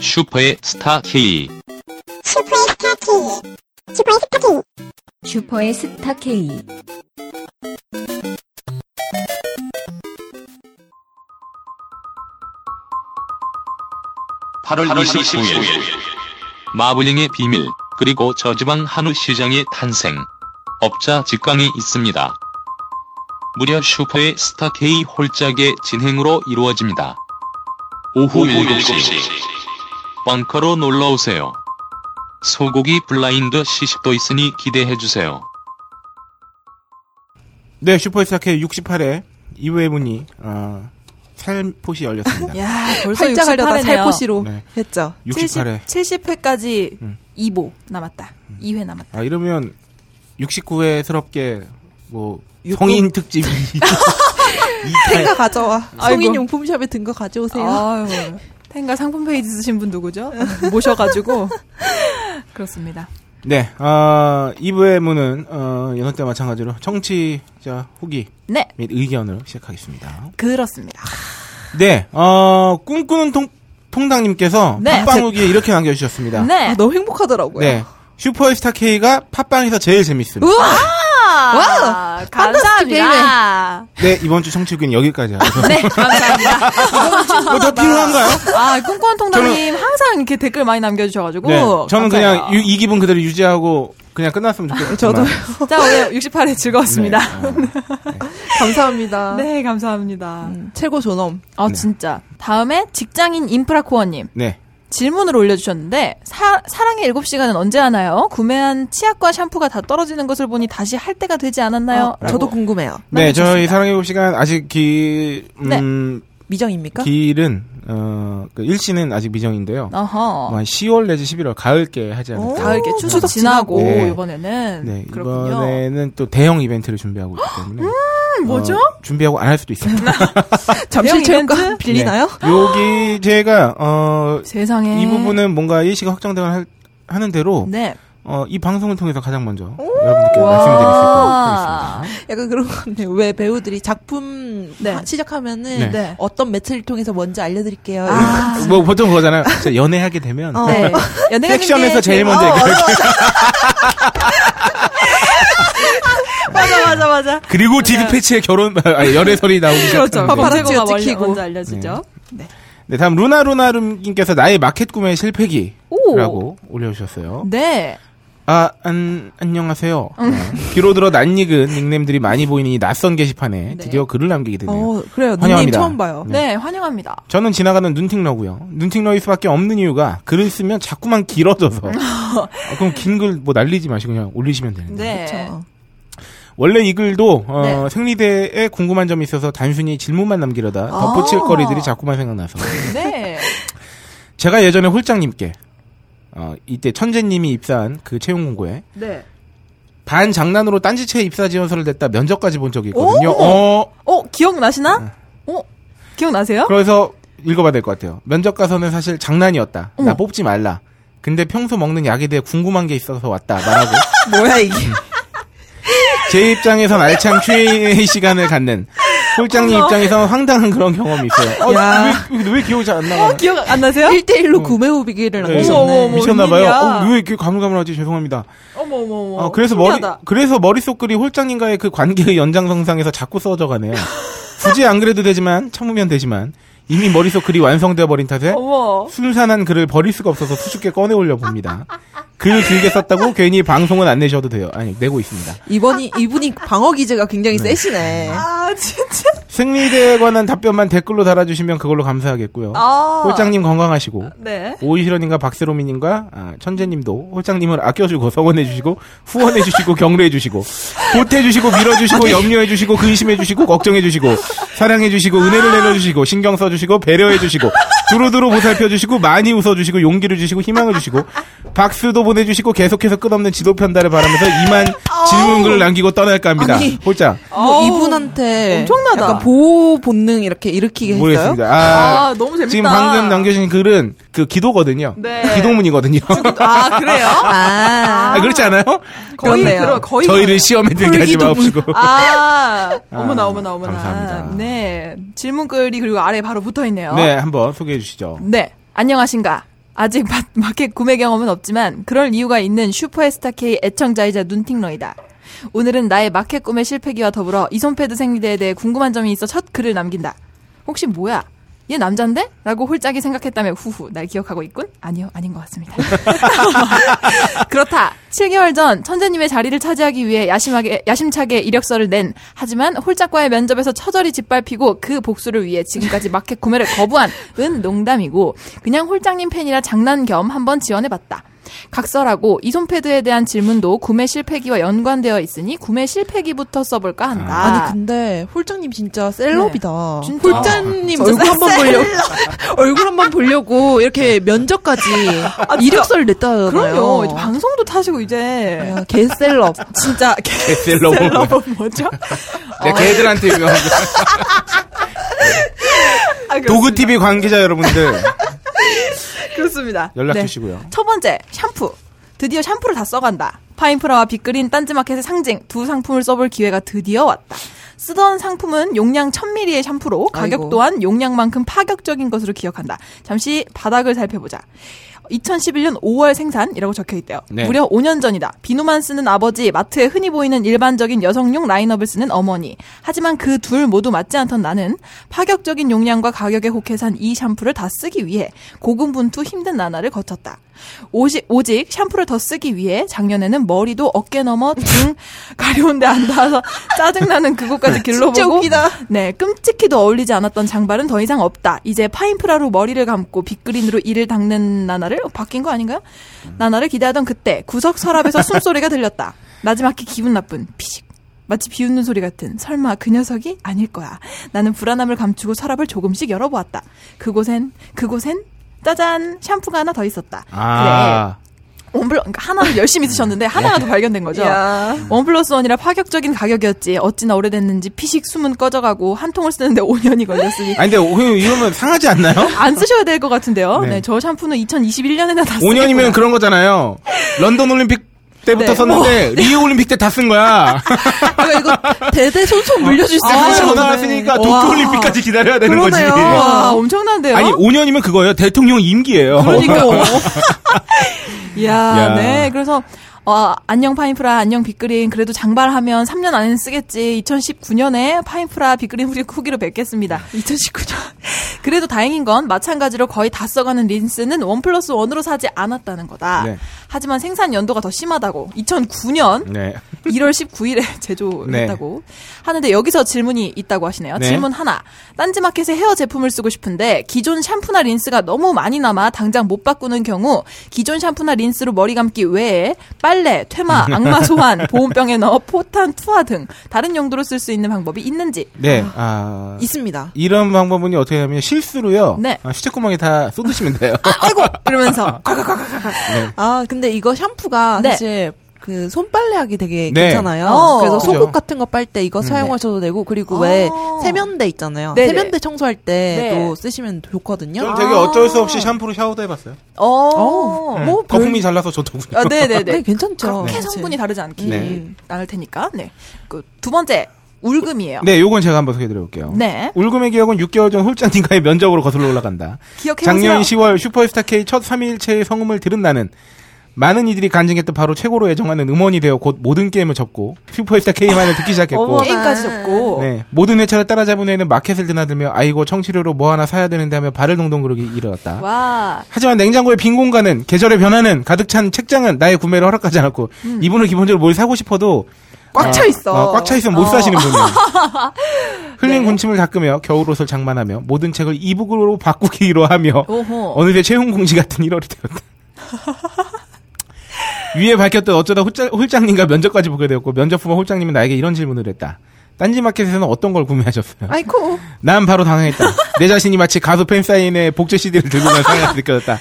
슈퍼의 스타 K. 슈퍼의 스타 K. 슈퍼의 스타 K. 슈퍼의 스타 K. 팔월 8월 29일 마블링의 비밀 그리고 저지방 한우 시장의 탄생 업자 직강이 있습니다. 무려 슈퍼의 스타 K 홀짝의 진행으로 이루어집니다. 오후 7시 벙커로 놀러 오세요. 소고기 블라인드 시식도 있으니 기대해 주세요. 네, 슈퍼스타 K 68회 2부의 문이 어, 살포시 열렸습니다. 야, 벌써 팔자 가려다 68회네요. 살포시로 네. 했죠. 68회. 70, 회까지 음. 2보 남았다. 2회 남았다. 아, 이러면 69회스럽게 뭐 육군? 성인 특집이 네. 텐가 가져와. 아이고. 성인 용품샵에 든 거 가져오세요. 아유. 텐가 상품 페이지 쓰신 분 누구죠? 모셔가지고. 그렇습니다. 네, 어, 2부의 문은 어, 여느 때와 마찬가지로 청취자 후기 네, 및 의견으로 시작하겠습니다. 그렇습니다. 아. 네, 어, 꿈꾸는 통, 통당님께서 네. 팟빵 후기에 이렇게 남겨주셨습니다. 네. 아, 너무 행복하더라고요. 네, 슈퍼스타 K가 팟빵에서 제일 재밌습니다. 우와! 아, 와! 감사합니다. 네, 이번 주 청취 후기는 여기까지야. 네, 감사합니다. 어, 뭐, 저 필요한가요? 아, 꿈꾸는 통닭님 항상 이렇게 댓글 많이 남겨주셔가지고. 네, 저는 감사해요. 그냥 유- 이 기분 그대로 유지하고 그냥 끝났으면 좋겠어요. 네. 저도요. 자, 오늘 68회 즐거웠습니다. 감사합니다. 네, 감사합니다. 음, 최고 존엄. 아, 네. 진짜. 다음에 직장인 인프라코어님. 네. 질문을 올려주셨는데 사, 사랑의 7시간은 언제 하나요? 구매한 치약과 샴푸가 다 떨어지는 것을 보니 다시 할 때가 되지 않았나요? 아, 저도 궁금해요. 네, 저희 남겨주셨습니다. 네. 사랑해볼 시간 아직 길, 음, 미정입니까? 길은, 어, 그 일시는 아직 미정인데요. 그러니까? 어허. 뭐한 10월 내지 11월 가을께 하지 않을까. 가을게 오, 추석 추석 지나고 지나고. 이번에는 네, 그렇군요. 음, 이번에는 또 대형 이벤트를 준비하고 있기 때문에. 뭐죠? 아, 어, 준비하고 안 할 수도 있습니다. 잠실 대형 이벤트? 체육관 빌리나요? 네. 여기 제가, 어, 세상에 이 부분은 뭔가 일시가 확정되거나 할- 하는 대로, 네. 어, 이 방송을 통해서 가장 먼저 여러분들께 말씀드릴 수 있도록 하겠습니다. 약간 그런 것 같네요. 왜 배우들이 작품 네. 하- 시작하면은 네. 네. 어떤 매체를 통해서 먼저 알려드릴게요. 아, 뭐 보통 그거잖아요. 진짜 연애하게 되면 어. 네. 연애가 어, 섹션에서 제일 먼저 얘기할게요. 맞아 맞아 맞아. 네. 그리고 디스패치의 결혼 아, 열애설이 나오기 그렇죠. 시작하는데. 파파라치가 범죄고가 먼저- 찍히고. 먼저 알려주죠. 네. 네, 다음 루나루나룸님께서 나의 마켓 구매 오. 실패기라고 올려주셨어요. 네. 아, 안, 안녕하세요. 음. 네. 귀로 들어 낯익은 닉네임들이 많이 보이는 이 낯선 게시판에 네. 드디어 글을 남기게 되네요. 어, 그래요. 누님 환영합니다. 처음 봐요. 네. 환영합니다. 저는 지나가는 눈팅러고요. 눈팅러일 수밖에 없는 이유가 글을 쓰면 자꾸만 길어져서 아, 그럼 긴 글 뭐 날리지 마시고 그냥 올리시면 되는데 네. 그렇죠. 원래 이 글도 어, 네. 생리대에 궁금한 점이 있어서 단순히 질문만 남기려다 덧붙일 아. 거리들이 자꾸만 생각나서 네. 제가 예전에 홀장님께 어, 이때 천재님이 입사한 그 채용 공고에 네. 반 장난으로 딴지체 입사 지원서를 냈다 면접까지 본 적이 있거든요. 어, 어 기억 나시나? 어 기억 나세요? 네. 그래서 읽어봐야 될 것 같아요. 면접 가서는 사실 장난이었다. 나 뽑지 말라. 근데 평소 먹는 약에 대해 궁금한 게 있어서 왔다 말하고 뭐야 이게? 제 입장에선 알찬 Q&A 시간을 갖는 홀장님 입장에선 황당한 그런 경험이 있어요. 어, 야. 왜, 왜, 왜 기억이 잘 안 나가나? 기억 안 나세요? 1대1로 구매 후비기를 네. 어머, 남기셨네. 어머. 미쳤나봐요. 웬일이야. 어, 왜 이렇게 가물가물하지? 죄송합니다. 어머 어머 어머. 아, 그래서 머리, 신기하다. 그래서 머릿속글이 홀장님과의 그 관계의 연장선상에서 자꾸 써져 가네요. 굳이 안 그래도 되지만, 참으면 되지만, 이미 머릿속글이 완성되어 버린 탓에, 어머. 순산한 글을 버릴 수가 없어서 수줍게 꺼내 올려 봅니다. 글 길게 썼다고 괜히 방송은 안 내셔도 돼요. 아니, 내고 있습니다. 이번이 이분이 방어 기제가 굉장히 세시네. 아 진짜. 승리대에 관한 답변만 댓글로 달아주시면 그걸로 감사하겠고요. 아. 홀장님 건강하시고, 네. 오이시러님과 박세로미님과 아, 천재님도 홀장님을 아껴주고 성원해주시고 후원해주시고 격려해주시고 보태주시고 밀어주시고 염려해주시고 근심해주시고 걱정해주시고 사랑해주시고 은혜를 내려주시고 신경 써주시고 배려해주시고 두루두루 보살펴주시고 많이 웃어주시고 용기를 주시고 희망을 주시고 박수도 보내주시고 계속해서 끝없는 지도 편달을 바라면서 이만 질문글을 남기고 떠날까 합니다. 아니. 홀장 뭐 아우, 이분한테 엄청나다. 약간 보호 본능 이렇게 일으키게 했어요. 모르겠습니다. 아, 아, 너무 재밌다. 지금 방금 남겨주신 글은 그 기도거든요. 네. 기도문이거든요. 아 그래요? 아, 아, 그렇지 않아요? 거의 그렇네요. 그러- 거의 저희를 시험에 들게 하지 홀기도 마시고. 아, 아, 어머나, 어머나, 어머나. 감사합니다. 네. 질문글이 그리고 아래 바로 붙어 있네요. 네, 한번 소개해 주시죠. 네. 안녕하신가? 아직 마, 마켓 구매 경험은 없지만 그럴 이유가 있는 슈퍼에스타K 애청자이자 눈팅러이다. 오늘은 나의 마켓 구매 실패기와 더불어 이손패드 생리대에 대해 궁금한 점이 있어 첫 글을 남긴다. 혹시 뭐야? 얘 남잔데? 라고 홀짝이 생각했다며 후후 날 기억하고 있군? 아니요 아닌 것 같습니다. 그렇다. 7개월 전 천재님의 자리를 차지하기 위해 야심하게, 야심차게 이력서를 낸 하지만 홀짝과의 면접에서 처절히 짓밟히고 그 복수를 위해 지금까지 마켓 구매를 거부한 은 농담이고 그냥 홀짝님 팬이라 장난 겸 한번 지원해봤다. 각설하고 이손패드에 대한 질문도 구매 실패기와 연관되어 있으니 구매 실패기부터 써볼까 한다. 아니 근데 홀장님 진짜 셀럽이다. 네. 진짜. 아, 홀장님 얼굴 한번 보려고 얼굴 한번 보려고 이렇게 면접까지 이력서를 냈다잖아요. 아, 그럼요. 이제 방송도 타시고 이제 야, 개셀럽. 진짜 개- 셀러브. 셀럽은 뭐죠? 내가 네, 걔들한테 유명한 거. 아, 그렇습니다. 도그 TV 관계자 여러분들 그렇습니다. 연락 네. 주시고요. 첫 번째 샴푸 드디어 샴푸를 다 써간다 파인프라와 빅그린 딴지마켓의 상징 두 상품을 써볼 기회가 드디어 왔다 쓰던 상품은 용량 1000ml의 샴푸로 가격 아이고. 또한 용량만큼 파격적인 것으로 기억한다 잠시 바닥을 살펴보자 2011년 5월 생산이라고 적혀 있대요. 네. 무려 5년 전이다. 비누만 쓰는 아버지, 마트에 흔히 보이는 일반적인 여성용 라인업을 쓰는 어머니. 하지만 그 둘 모두 맞지 않던 나는 파격적인 용량과 가격에 혹해산 이 샴푸를 다 쓰기 위해 고군분투 힘든 나날을 거쳤다. 오지, 오직 샴푸를 더 쓰기 위해 작년에는 머리도 어깨 넘어 등 가려운 데 안 닿아서 짜증나는 그곳까지 길러보고 진짜 웃기다. 네, 끔찍히도 어울리지 않았던 장발은 더 이상 없다. 이제 파인프라로 머리를 감고 빅그린으로 이를 닦는 나나를 어, 바뀐 거 아닌가요? 나나를 기대하던 그때 구석 서랍에서 숨소리가 들렸다. 마지막에 기분 나쁜 피식. 마치 비웃는 소리 같은 설마 그 녀석이 아닐 거야. 나는 불안함을 감추고 서랍을 조금씩 열어보았다. 그곳엔 그곳엔 짜잔 샴푸가 하나 더 있었다. 아, 그래 원블러 그러니까 하나는 열심히 음. 쓰셨는데 하나가 더 발견된 거죠. 야. 원 플러스 원이라 파격적인 가격이었지 어찌나 오래됐는지 피식 숨은 꺼져가고 한 통을 쓰는데 5년이 걸렸으니 아니 근데 오- 이러면 상하지 않나요? 안 쓰셔야 될 것 같은데요. 네. 네. 저 샴푸는 2021년에나 다 쓰고 5년이면 그런 거잖아요. 런던 올림픽 때부터 네. 썼는데 리우 올림픽 때 다 쓴 거야. 내가 이거 대대손손 물려줄 수 아, 있는 전화 왔으니까 도쿄 와. 올림픽까지 기다려야 되는 거지. 그러네요. 와 엄청난데요. 아니 5년이면 그거예요. 대통령 임기예요. 그러니까요. 이야, 야. 네. 그래서, 어, 안녕 파인프라, 안녕 빅그린. 그래도 장발하면 3년 안에는 쓰겠지. 2019년에 파인프라 빅그린 후기- 후기로 뵙겠습니다. 2019년. 그래도 다행인 건 마찬가지로 거의 다 써가는 린스는 원 플러스 원으로 사지 않았다는 거다. 네. 하지만 생산 연도가 더 심하다고. 2009년 네. 1월 19일에 제조했다고 하는데 여기서 질문이 있다고 하시네요. 네. 질문 하나. 딴지마켓의 헤어 제품을 쓰고 싶은데 기존 샴푸나 린스가 너무 많이 남아 당장 못 바꾸는 경우 기존 샴푸나 린스로 머리 감기 외에 빨래, 퇴마, 악마 소환, 보온병에 넣어 포탄 투하 등 다른 용도로 쓸 수 있는 방법이 있는지. 네. 아. 있습니다. 이런 방법은 어떻게 하면 실수로요. 네. 아, 슈제구멍에 다 쏟으시면 돼요. 아이고 이러면서 아 근데 이거 샴푸가 네. 사실 그 손빨래 하기 되게 네. 괜찮아요. 어. 그래서 그죠. 음, 네. 속옷 같은 거 빨 때 이거 사용하셔도 되고 그리고 왜 아. 세면대 있잖아요. 네네. 세면대 청소할 때도 네. 쓰시면 좋거든요. 아, 전 되게 어쩔 수 없이 샴푸로 샤워도 해봤어요. 어. 어. 네. 뭐 별- 거품이 잘나서 좋더군요. 아, 네네네. 네, 괜찮죠. 그렇게 성분이 다르지 않기 네. 않을 테니까. 네. 그 두 번째 울금이에요. 네, 요건 제가 한번 소개해드려볼게요. 네. 울금의 기억은 6개월 전 홀장님과의 면접으로 거슬러 올라간다. 기억해보세요. 작년 10월 슈퍼스타 K 첫 3일체의 성음을 들은 나는 많은 이들이 간증했던 바로 최고로 애정하는 음원이 되어 곧 모든 게임을 접고 슈퍼스타 K만을 듣기 시작했고 어머. 게임까지 접고 네, 모든 회차를 따라잡은 후에는 마켓을 드나들며 아이고 청취료로 뭐 하나 사야 되는데 하며 발을 동동 구르기 이르렀다. 와 하지만 냉장고의 빈 공간은 계절의 변화는 가득 찬 책장은 나의 구매를 허락하지 않았고 음. 이분은 기본적으로 뭘 사고 싶어도 꽉 아, 차 네. 있어. 네. 어, 꽉차 있으면 못 사시는 분이에요. 흘린 군침을 닦으며 겨울옷을 장만하며 모든 책을 이북으로 바꾸기로 하며 오호 어느새 채용 공지 같은 1월이 되었다. 위에 밝혔던 어쩌다 홀장, 홀장님과 면접까지 보게 되었고 면접 후에 홀장님이 나에게 이런 질문을 했다. 딴지마켓에서는 어떤 걸 구매하셨어요? 아이코. 난 바로 당황했다. 내 자신이 마치 가수 팬사인회 복제 CD를 들고 간 상황이 느껴졌다.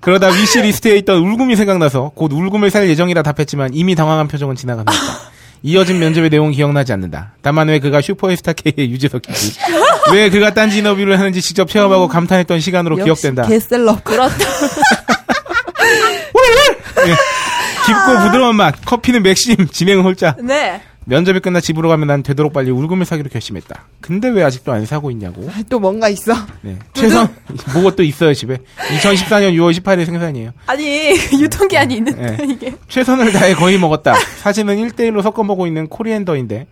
그러다 위시 리스트에 있던 울금이 생각나서 곧 울금을 살 예정이라 답했지만 이미 당황한 표정은 지나갑니다. 이어진 면접의 내용은 기억나지 않는다. 다만 왜 그가 슈퍼스타 K의 유재석인지, 왜 그가 딴지 너비를 하는지 직접 체험하고 감탄했던 시간으로 기억된다. 개셀럽. 그렇다. 깊고 부드러운 맛, 커피는 맥심, 진행은 홀짝. 네 면접이 끝나 집으로 가면 난 되도록 빨리 울금을 사기로 결심했다. 근데 왜 아직도 안 사고 있냐고. 또 뭔가 있어. 네. 최선 뭐가 또 있어요 집에. 2014년 6월 18일 생산이에요. 아니 유통기한이 있는데 네. 이게 최선을 다해 거의 먹었다. 사진은 1대1로 섞어 먹고 있는 코리앤더인데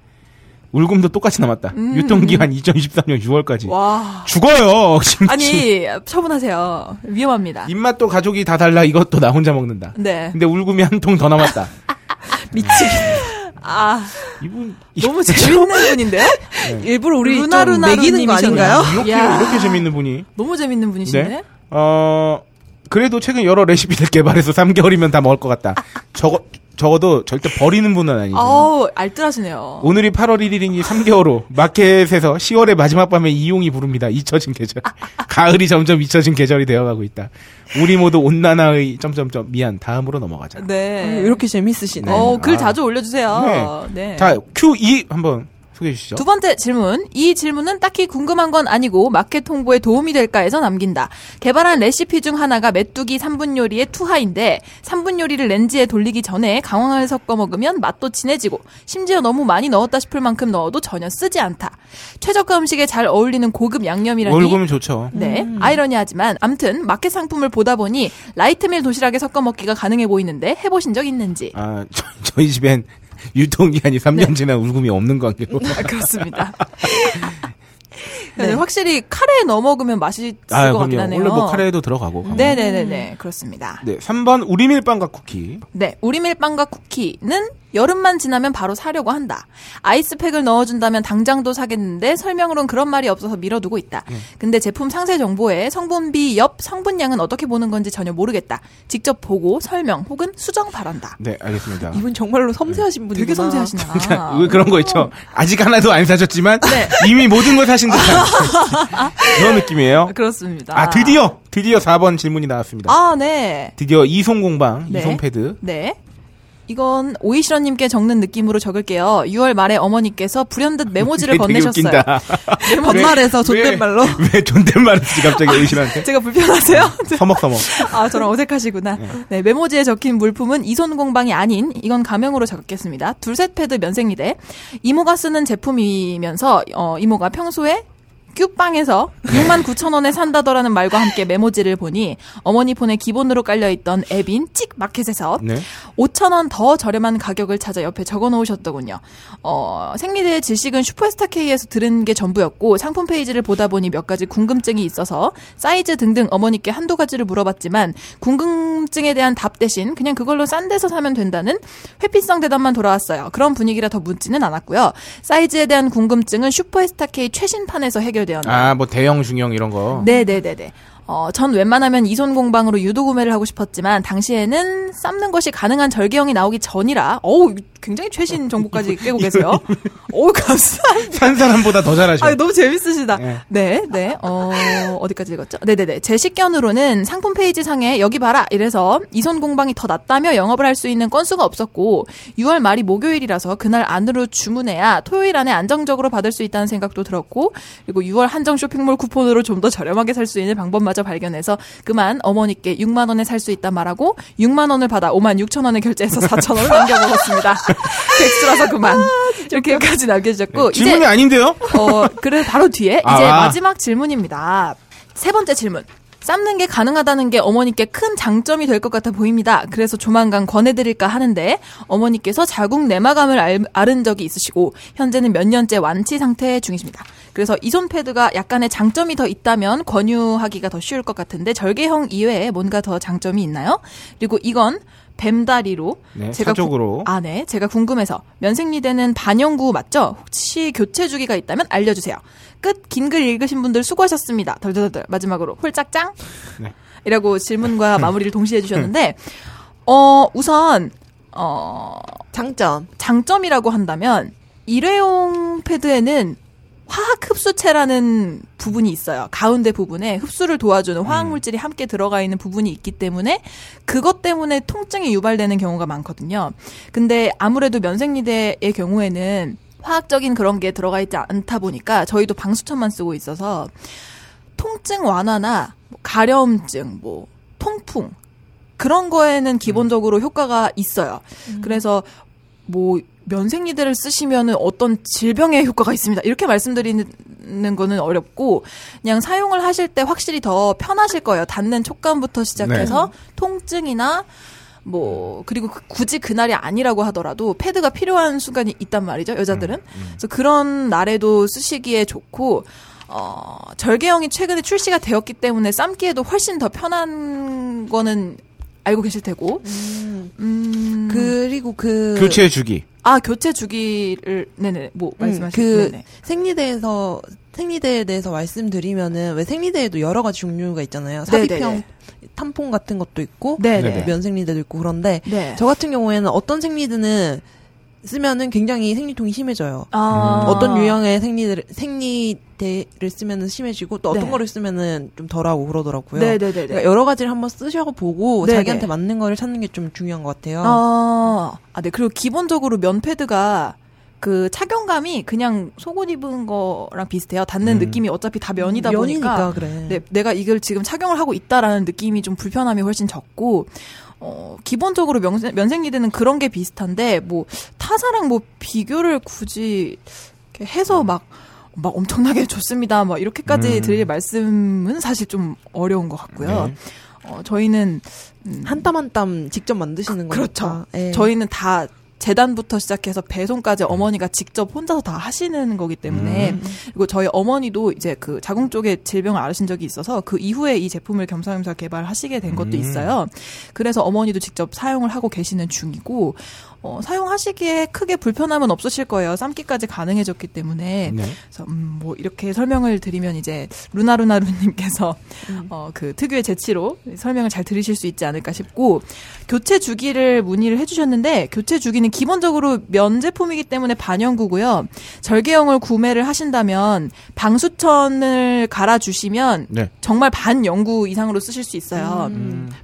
울금도 똑같이 남았다. 유통기한 2014년 6월까지. 와 죽어요. 지금 아니 처분하세요 위험합니다. 입맛도 가족이 다 달라 이것도 나 혼자 먹는다. 네. 근데 울금이 한 통 더 남았다. 미치겠네. 아 이분 너무 재밌는 분인데요? 일부러 우리 네. 루나 좀 루나 매기는 거 루님이잖아요. 아닌가요? 이렇게 야. 이렇게 재밌는 분이. 너무 재밌는 분이신데. 네. 어 그래도 최근 여러 레시피를 개발해서 3개월이면 다 먹을 것 같다. 저거 적어도 절대 버리는 분은 아니죠. 아우 알뜰하시네요. 오늘이 8월 1일이니 3개월 후 마켓에서 10월의 마지막 밤에 이용이 부릅니다. 잊혀진 계절. 가을이 점점 잊혀진 계절이 되어가고 있다. 우리 모두 온난화의 점점점 미안. 다음으로 넘어가자. 아, 네. 이렇게 재밌으시네. 어, 글 아. 자주 올려주세요. 네. 자, Q2 한번 소개해 주시죠. 두 번째 질문. 이 질문은 딱히 궁금한 건 아니고 마켓 홍보에 도움이 될까 해서 남긴다. 개발한 레시피 중 하나가 메뚜기 3분 요리의 투하인데 3분 요리를 렌즈에 돌리기 전에 강황을 섞어 먹으면 맛도 진해지고 심지어 너무 많이 넣었다 싶을 만큼 넣어도 전혀 쓰지 않다. 최저가 음식에 잘 어울리는 고급 양념이라니 월급은 좋죠. 네, 아이러니하지만 암튼 마켓 상품을 보다 보니 라이트밀 도시락에 섞어 먹기가 가능해 보이는데 해보신 적 있는지? 아, 저, 희 집엔 유통기한이 3년 네. 지난 울금이 없는 관계로. 아, 그렇습니다. 네, 확실히 카레에 넣어 먹으면 맛이 있을 아, 것 같긴 그럼요. 하네요. 음. 원래 뭐 카레에도 들어가고. 네네네네 그렇습니다. 네, 3번 우리 밀빵과 쿠키. 네, 우리 밀빵과 쿠키는 여름만 지나면 바로 사려고 한다. 아이스팩을 넣어준다면 당장도 사겠는데 설명으론 그런 말이 없어서 밀어두고 있다. 예. 근데 제품 상세 정보에 성분비 옆 성분량은 어떻게 보는 건지 전혀 모르겠다. 직접 보고 설명 혹은 수정 바란다. 네, 알겠습니다. 어, 이분 정말로 섬세하신 분이구나. 되게 섬세하시나. 그러니까 왜 그런 거 있죠? 아직 하나도 안 사셨지만 아, 어. 네. 이미 모든 걸 사신 듯한 그런 느낌이에요. 그렇습니다. 아 드디어 드디어 4번 질문이 나왔습니다. 아, 네. 드디어 이송 공방 네. 이송 패드 네. 이건 오이시러님께 적는 느낌으로 적을게요. 6월 말에 어머니께서 불현듯 메모지를 되게 건네셨어요. 웃긴다. 반말에서 존댓말로. 왜, 네. 왜 존댓말을 쓰지 갑자기 오이시한테 제가 불편하세요? 서먹서먹. 아, 저랑 어색하시구나. 네, 메모지에 적힌 물품은 이손공방이 아닌 이건 가명으로 적겠습니다. 둘셋 패드 면생리대. 이모가 쓰는 제품이면서 어, 이모가 평소에 큐빵에서 네. 6만 9천 원에 산다더라는 말과 함께 메모지를 보니 어머니 폰에 기본으로 깔려있던 앱인 찍 마켓에서 네. 5,000원 더 저렴한 가격을 찾아 옆에 적어 놓으셨더군요. 어, 생리대의 질식은 슈퍼스타 K에서 들은 게 전부였고 상품 페이지를 보다 보니 몇 가지 궁금증이 있어서 사이즈 등등 어머니께 한두 가지를 물어봤지만 궁금증에 대한 답 대신 그냥 그걸로 싼 데서 사면 된다는 회피성 대답만 돌아왔어요. 그런 분위기라 더 묻지는 않았고요. 사이즈에 대한 궁금증은 슈퍼스타 K 최신판에서 해결되었네요. 아 뭐 대형 중형 이런 거. 네네네네. 어, 전 웬만하면 이손 공방으로 유도 구매를 하고 싶었지만 당시에는 삶는 것이 가능한 절개형이 나오기 전이라 어우 굉장히 최신 정보까지 깨고 계세요. 오 감사합니다. 산 사람보다 더 잘하셔. 네. 아, 너무 재밌으시다. 예. 네, 네. 어, 어디까지 읽었죠? 네네네. 제 식견으로는 상품 페이지 상에 여기 봐라! 이래서 이손 공방이 더 낫다며 영업을 할 수 있는 건수가 없었고, 6월 말이 목요일이라서 그날 안으로 주문해야 토요일 안에 안정적으로 받을 수 있다는 생각도 들었고, 그리고 6월 한정 쇼핑몰 쿠폰으로 좀 더 저렴하게 살 수 있는 방법마저 발견해서 그만 어머니께 6만원에 살 수 있다 말하고, 6만원을 받아 5만 6천원에 결제해서 4천원을 남겨먹었습니다. 백수라서 그만. 이렇게까지 남겨주셨고, 네, 이제 질문이 아닌데요? 어, 그래 바로 뒤에 아. 이제 마지막 질문입니다. 세 번째 질문. 삶는 게 가능하다는 게 어머니께 큰 장점이 될 것 같아 보입니다. 그래서 조만간 권해드릴까 하는데 어머니께서 자궁 내막암을 알- 앓은 적이 있으시고 현재는 몇 년째 완치 상태 중이십니다. 그래서 이손 패드가 약간의 장점이 더 있다면 권유하기가 더 쉬울 것 같은데 절개형 이외에 뭔가 더 장점이 있나요? 그리고 이건 뱀다리로 네, 제가 구- 사적으로. 아, 네. 제가 궁금해서 면생리대는 반영구 맞죠? 혹시 교체 주기가 있다면 알려주세요. 끝 긴 글 읽으신 분들 수고하셨습니다. 덜덜덜 마지막으로 홀짝짱 네. 이라고 질문과 마무리를 동시에 해주셨는데 어 우선 어 장점. 장점이라고 한다면 일회용 패드에는 화학 흡수체라는 부분이 있어요. 가운데 부분에 흡수를 도와주는 화학 물질이 함께 들어가 있는 부분이 있기 때문에 그것 때문에 통증이 유발되는 경우가 많거든요. 근데 아무래도 면생리대의 경우에는 화학적인 그런 게 들어가 있지 않다 보니까 저희도 방수천만 쓰고 있어서 통증 완화나 뭐 가려움증, 뭐 통풍 그런 거에는 기본적으로 효과가 있어요. 그래서 뭐 면생리대를 쓰시면은 어떤 질병에 효과가 있습니다. 이렇게 말씀드리는 거는 어렵고 그냥 사용을 하실 때 확실히 더 편하실 거예요. 닿는 촉감부터 시작해서 통증이나 뭐 그리고 그- 굳이 그날이 아니라고 하더라도 패드가 필요한 순간이 있단 말이죠. 여자들은. 그래서 그런 날에도 쓰시기에 좋고 어, 절개형이 최근에 출시가 되었기 때문에 삶기에도 훨씬 더 편한 거는 알고 계실 테고. 음. 그리고 그 교체 주기. 아 교체 주기를 네네 뭐 음, 말씀하신 그 네네. 생리대에서 생리대에 대해서 말씀드리면은 왜 생리대에도 여러 가지 종류가 있잖아요. 네네네. 삽입형 탐폰 같은 것도 있고 네네. 면생리대도 있고 그런데 네. 저 같은 경우에는 어떤 생리대는 쓰면은 굉장히 생리통이 심해져요. 아. 음. 어떤 유형의 생리대를 생리대를 쓰면은 심해지고 또 어떤 네. 거를 쓰면은 좀 덜하고 그러더라고요. 네네네네. 그러니까 여러 가지를 한번 쓰셔보고 네네. 자기한테 맞는 거를 찾는 게 좀 중요한 것 같아요. 아, 아, 네. 그리고 기본적으로 면 패드가 그 착용감이 그냥 속옷 입은 거랑 비슷해요. 닿는 음. 느낌이 어차피 다 면이다 보니까 그래. 네, 내가 이걸 지금 착용을 하고 있다라는 느낌이 좀 불편함이 훨씬 적고 어, 기본적으로 면생, 면생리대는 그런 게 비슷한데 뭐 타사랑 뭐 비교를 굳이 이렇게 해서 막 막 엄청나게 좋습니다. 막 이렇게까지 음. 드릴 말씀은 사실 좀 어려운 것 같고요. 네. 어, 저희는 음, 한 땀 한 땀 직접 만드시는 거니까. 그렇죠. 예. 저희는 다 재단부터 시작해서 배송까지 어머니가 직접 혼자서 다 하시는 거기 때문에 음. 그리고 저희 어머니도 이제 그 자궁 쪽에 질병을 앓으신 적이 있어서 그 이후에 이 제품을 겸사겸사 개발하시게 된 것도 음. 있어요. 그래서 어머니도 직접 사용을 하고 계시는 중이고 어, 사용하시기에 크게 불편함은 없으실 거예요. 삶기까지 가능해졌기 때문에 네. 그래서 음, 뭐 이렇게 설명을 드리면 이제 루나루나루님께서 어, 그 특유의 재치로 설명을 잘 들으실 수 있지 않을까 싶고 교체 주기를 문의를 해주셨는데 교체 주기는 기본적으로 면 제품이기 때문에 반영구고요 절개형을 구매를 하신다면 방수천을 갈아주시면 네. 정말 반영구 이상으로 쓰실 수 있어요.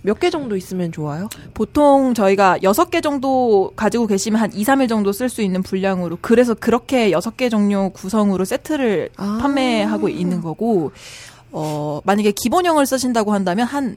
몇 개 정도 있으면 좋아요? 보통 저희가 여섯 개 정도 가지고 계시면 한 2, 3일 정도 쓸 수 있는 분량으로 그래서 그렇게 여섯 개 종류 구성으로 세트를 아. 판매하고 있는 거고 어, 만약에 기본형을 쓰신다고 한다면 한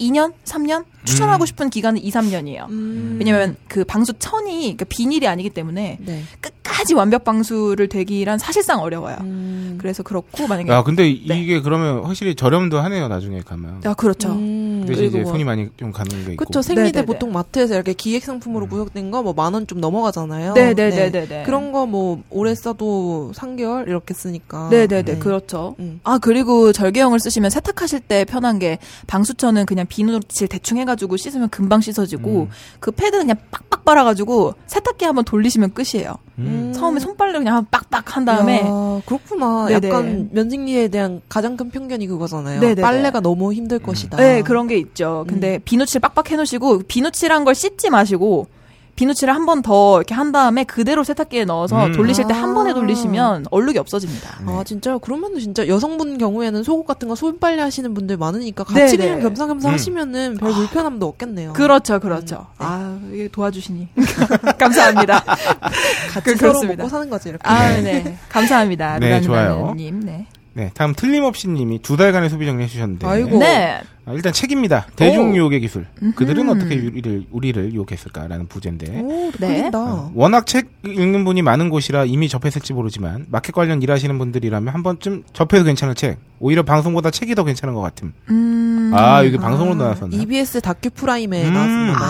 2년, 3년 추천하고 싶은 기간은 2, 3년이에요. 음. 왜냐면 그 방수 천이 그러니까 비닐이 아니기 때문에 네. 끝까지 완벽 방수를 되기란 사실상 어려워요. 음. 그래서 그렇고 만약에 야, 아, 근데 네. 이게 그러면 확실히 저렴도 하네요. 나중에 가면. 아 그렇죠. 음. 대신 이제 그리고 뭐- 손이 많이 좀 가는 게 있고. 음. 그쵸 생리대 네네네. 보통 마트에서 이렇게 기획 상품으로 구역된 거 뭐 만 원 좀 넘어가잖아요. 네네네네네. 그런 거 뭐 오래 써도 3개월 이렇게 쓰니까. 네네네 그렇죠. 음. 아 그리고 절개형을 쓰시면 세탁하실 때 편한 게 방수천은 그냥 비누질 대충 해가지고 씻으면 금방 음. 씻어지고 그 패드는 그냥 빡빡 빨아가지고 세탁기 한번 돌리시면 끝이에요. 음. 처음에 손빨래 그냥 한번 빡빡 한 다음에 야, 그렇구나. 네네. 약간 면직리에 대한 가장 큰 편견이 그거잖아요. 네네네. 빨래가 너무 힘들 음. 것이다. 네 그런 게 있죠. 근데 음. 비누칠 빡빡 해놓으시고 비누칠한 걸 씻지 마시고 비누칠을 한 번 더 이렇게 한 다음에 그대로 세탁기에 넣어서 음. 돌리실 때 한 아. 번에 돌리시면 얼룩이 없어집니다. 네. 아 진짜요? 그러면 진짜 여성분 경우에는 속옷 같은 거 손빨래 하시는 분들 많으니까 같이 네네. 아. 그냥 겸사겸사 음. 하시면은 별 불편함도 음, 없겠네요. 그렇죠, 그렇죠. 아, 이게 도와주시니. 감사합니다. 그, 같이 서로 먹고 사는 거지 이렇게. 아, 네. 감사합니다. 네, 루라누나는 좋아요. 님, 네. 네, 다음 틀림없이 님이 두 달간의 소비 정리 해주셨는데. 아이고. 네. 아, 일단 책입니다. 대중 오. 유혹의 기술. 그들은 어떻게 우리를, 우리를 유혹했을까라는 부제인데. 오, 네. 린다 어, 워낙 책 읽는 분이 많은 곳이라 이미 접했을지 모르지만 마켓 관련 일하시는 분들이라면 한 번쯤 접해도 괜찮은 책. 오히려 방송보다 책이 더 괜찮은 것 같음. 음. 아, 이게 방송으로 나왔었나? 요 EBS 다큐 프라임에 음. 나왔습니다. 이거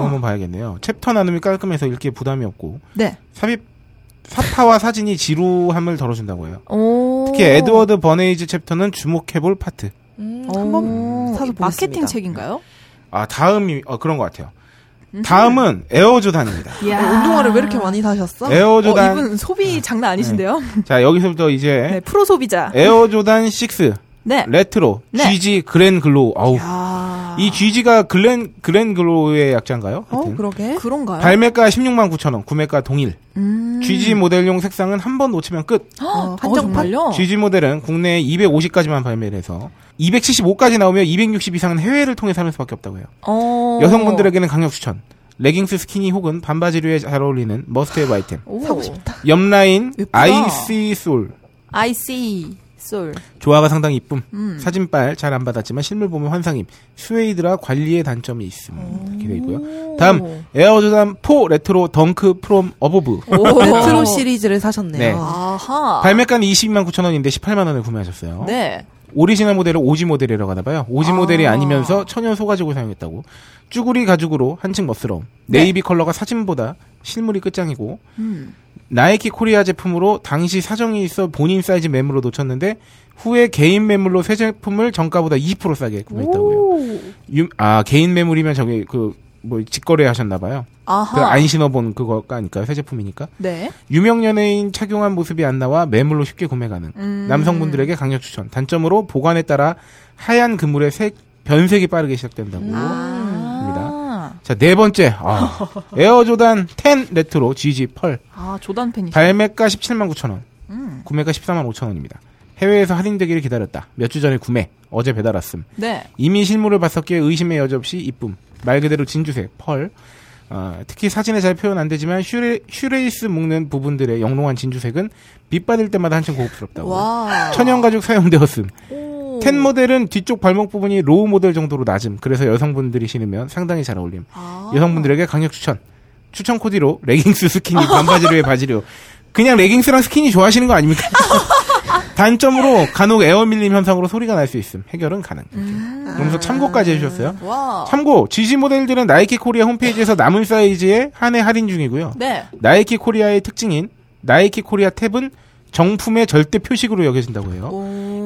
아. 한번 봐야겠네요. 챕터 나눔이 깔끔해서 읽기에 부담이 없고 네. 삽입 사파와 사진이 지루함을 덜어준다고 해요. 오. 특히 에드워드 버네이즈 챕터는 주목해볼 파트. 음, 오. 한번 사서 보겠습니다. 어, 마케팅 책인가요? 아 다음이 어, 그런 것 같아요. 다음은 에어조단입니다. 어, 이야. 운동화를 왜 이렇게 많이 사셨어? 에어조단. 네. 어, 이분 소비 장난 아니신데요? 자 여기서부터 이제 네, 프로 소비자. 에어조단 6 네. 레트로 네. GG 글렌 글로우. 아우 아. 이 GG가 글렌 글렌 글로우의 약자인가요? 어, 하여튼. 그러게. 그런가요? 발매가 16만 9천 원, 구매가 동일. 음. GG 모델용 색상은 한 번 놓치면 끝. 어, 한정판? 정말요? GG 모델은 국내에 250까지만 발매를 해서 275까지 나오며 260 이상은 해외를 통해 사는 수밖에 없다고 해요. 어. 여성분들에게는 강력 추천. 레깅스 스키니 혹은 반바지류에 잘 어울리는 머스트헤브 아이템. 오. 사고 싶다. 옆라인 예쁘다. 아이시 솔. I see. 솔. 조화가 상당히 이쁨. 음. 사진빨 잘 안 받았지만 실물 보면 환상임. 스웨이드라 관리의 단점이 있음. 기대이고요. 다음 에어조단 4 레트로 덩크 프롬 어보브. 레트로 오. 시리즈를 사셨네요. 네. 아하. 발매가는 22만 9천 원인데 18만 원에 구매하셨어요. 네. 오리지널 모델을 오지 모델이라고 하나 봐요. 오지 아. 모델이 아니면서 천연 소가죽을 사용했다고. 쭈구리 가죽으로 한층 멋스러움. 네이비 컬러가 사진보다 실물이 끝장이고 음. 나이키 코리아 제품으로 당시 사정이 있어 본인 사이즈 매물로 놓쳤는데 후에 개인 매물로 새 제품을 정가보다 20% 싸게 구매했다고요. 유- 아 개인 매물이면 저기 그 뭐 직거래 하셨나봐요. 그 아하. 안 신어본 그거니까요. 새 제품이니까. 네. 유명 연예인 착용한 모습이 안 나와 매물로 쉽게 구매 가능. 음. 남성분들에게 강력 추천. 단점으로 보관에 따라 하얀 그물의 색 변색이 빠르게 시작된다고. 음. 아. 자, 네 번째. 아, 에어조단 10 레트로 GG 펄. 아, 조단 팬이시. 발매가 17만 9천 원. 음. 구매가 14만 5천 원입니다. 해외에서 할인되기를 기다렸다. 몇 주 전에 구매. 어제 배달 왔음. 네. 이미 실물을 봤었기에 의심의 여지 없이 이쁨. 말 그대로 진주색, 펄. 아, 특히 사진에 잘 표현 안 되지만 슈레, 슈레이스 묶는 부분들의 영롱한 진주색은 빛받을 때마다 한층 고급스럽다고. 와. 천연 가죽 사용되었음. 텐 모델은 뒤쪽 발목 부분이 로우 모델 정도로 낮음. 그래서 여성분들이 신으면 상당히 잘 어울림. 아. 여성분들에게 강력 추천. 추천 코디로 레깅스 스키니 반바지로의 바지로. 그냥 레깅스랑 스키니 좋아하시는 거 아닙니까? 단점으로 간혹 에어 밀림 현상으로 소리가 날 수 있음. 해결은 가능. 아. 그러면서 아. 참고까지 해주셨어요. 와. 참고 지지 모델들은 나이키 코리아 홈페이지에서 남은 사이즈에 한 해 할인 중이고요. 네. 나이키 코리아의 특징인 나이키 코리아 탭은 정품의 절대 표식으로 여겨진다고 해요.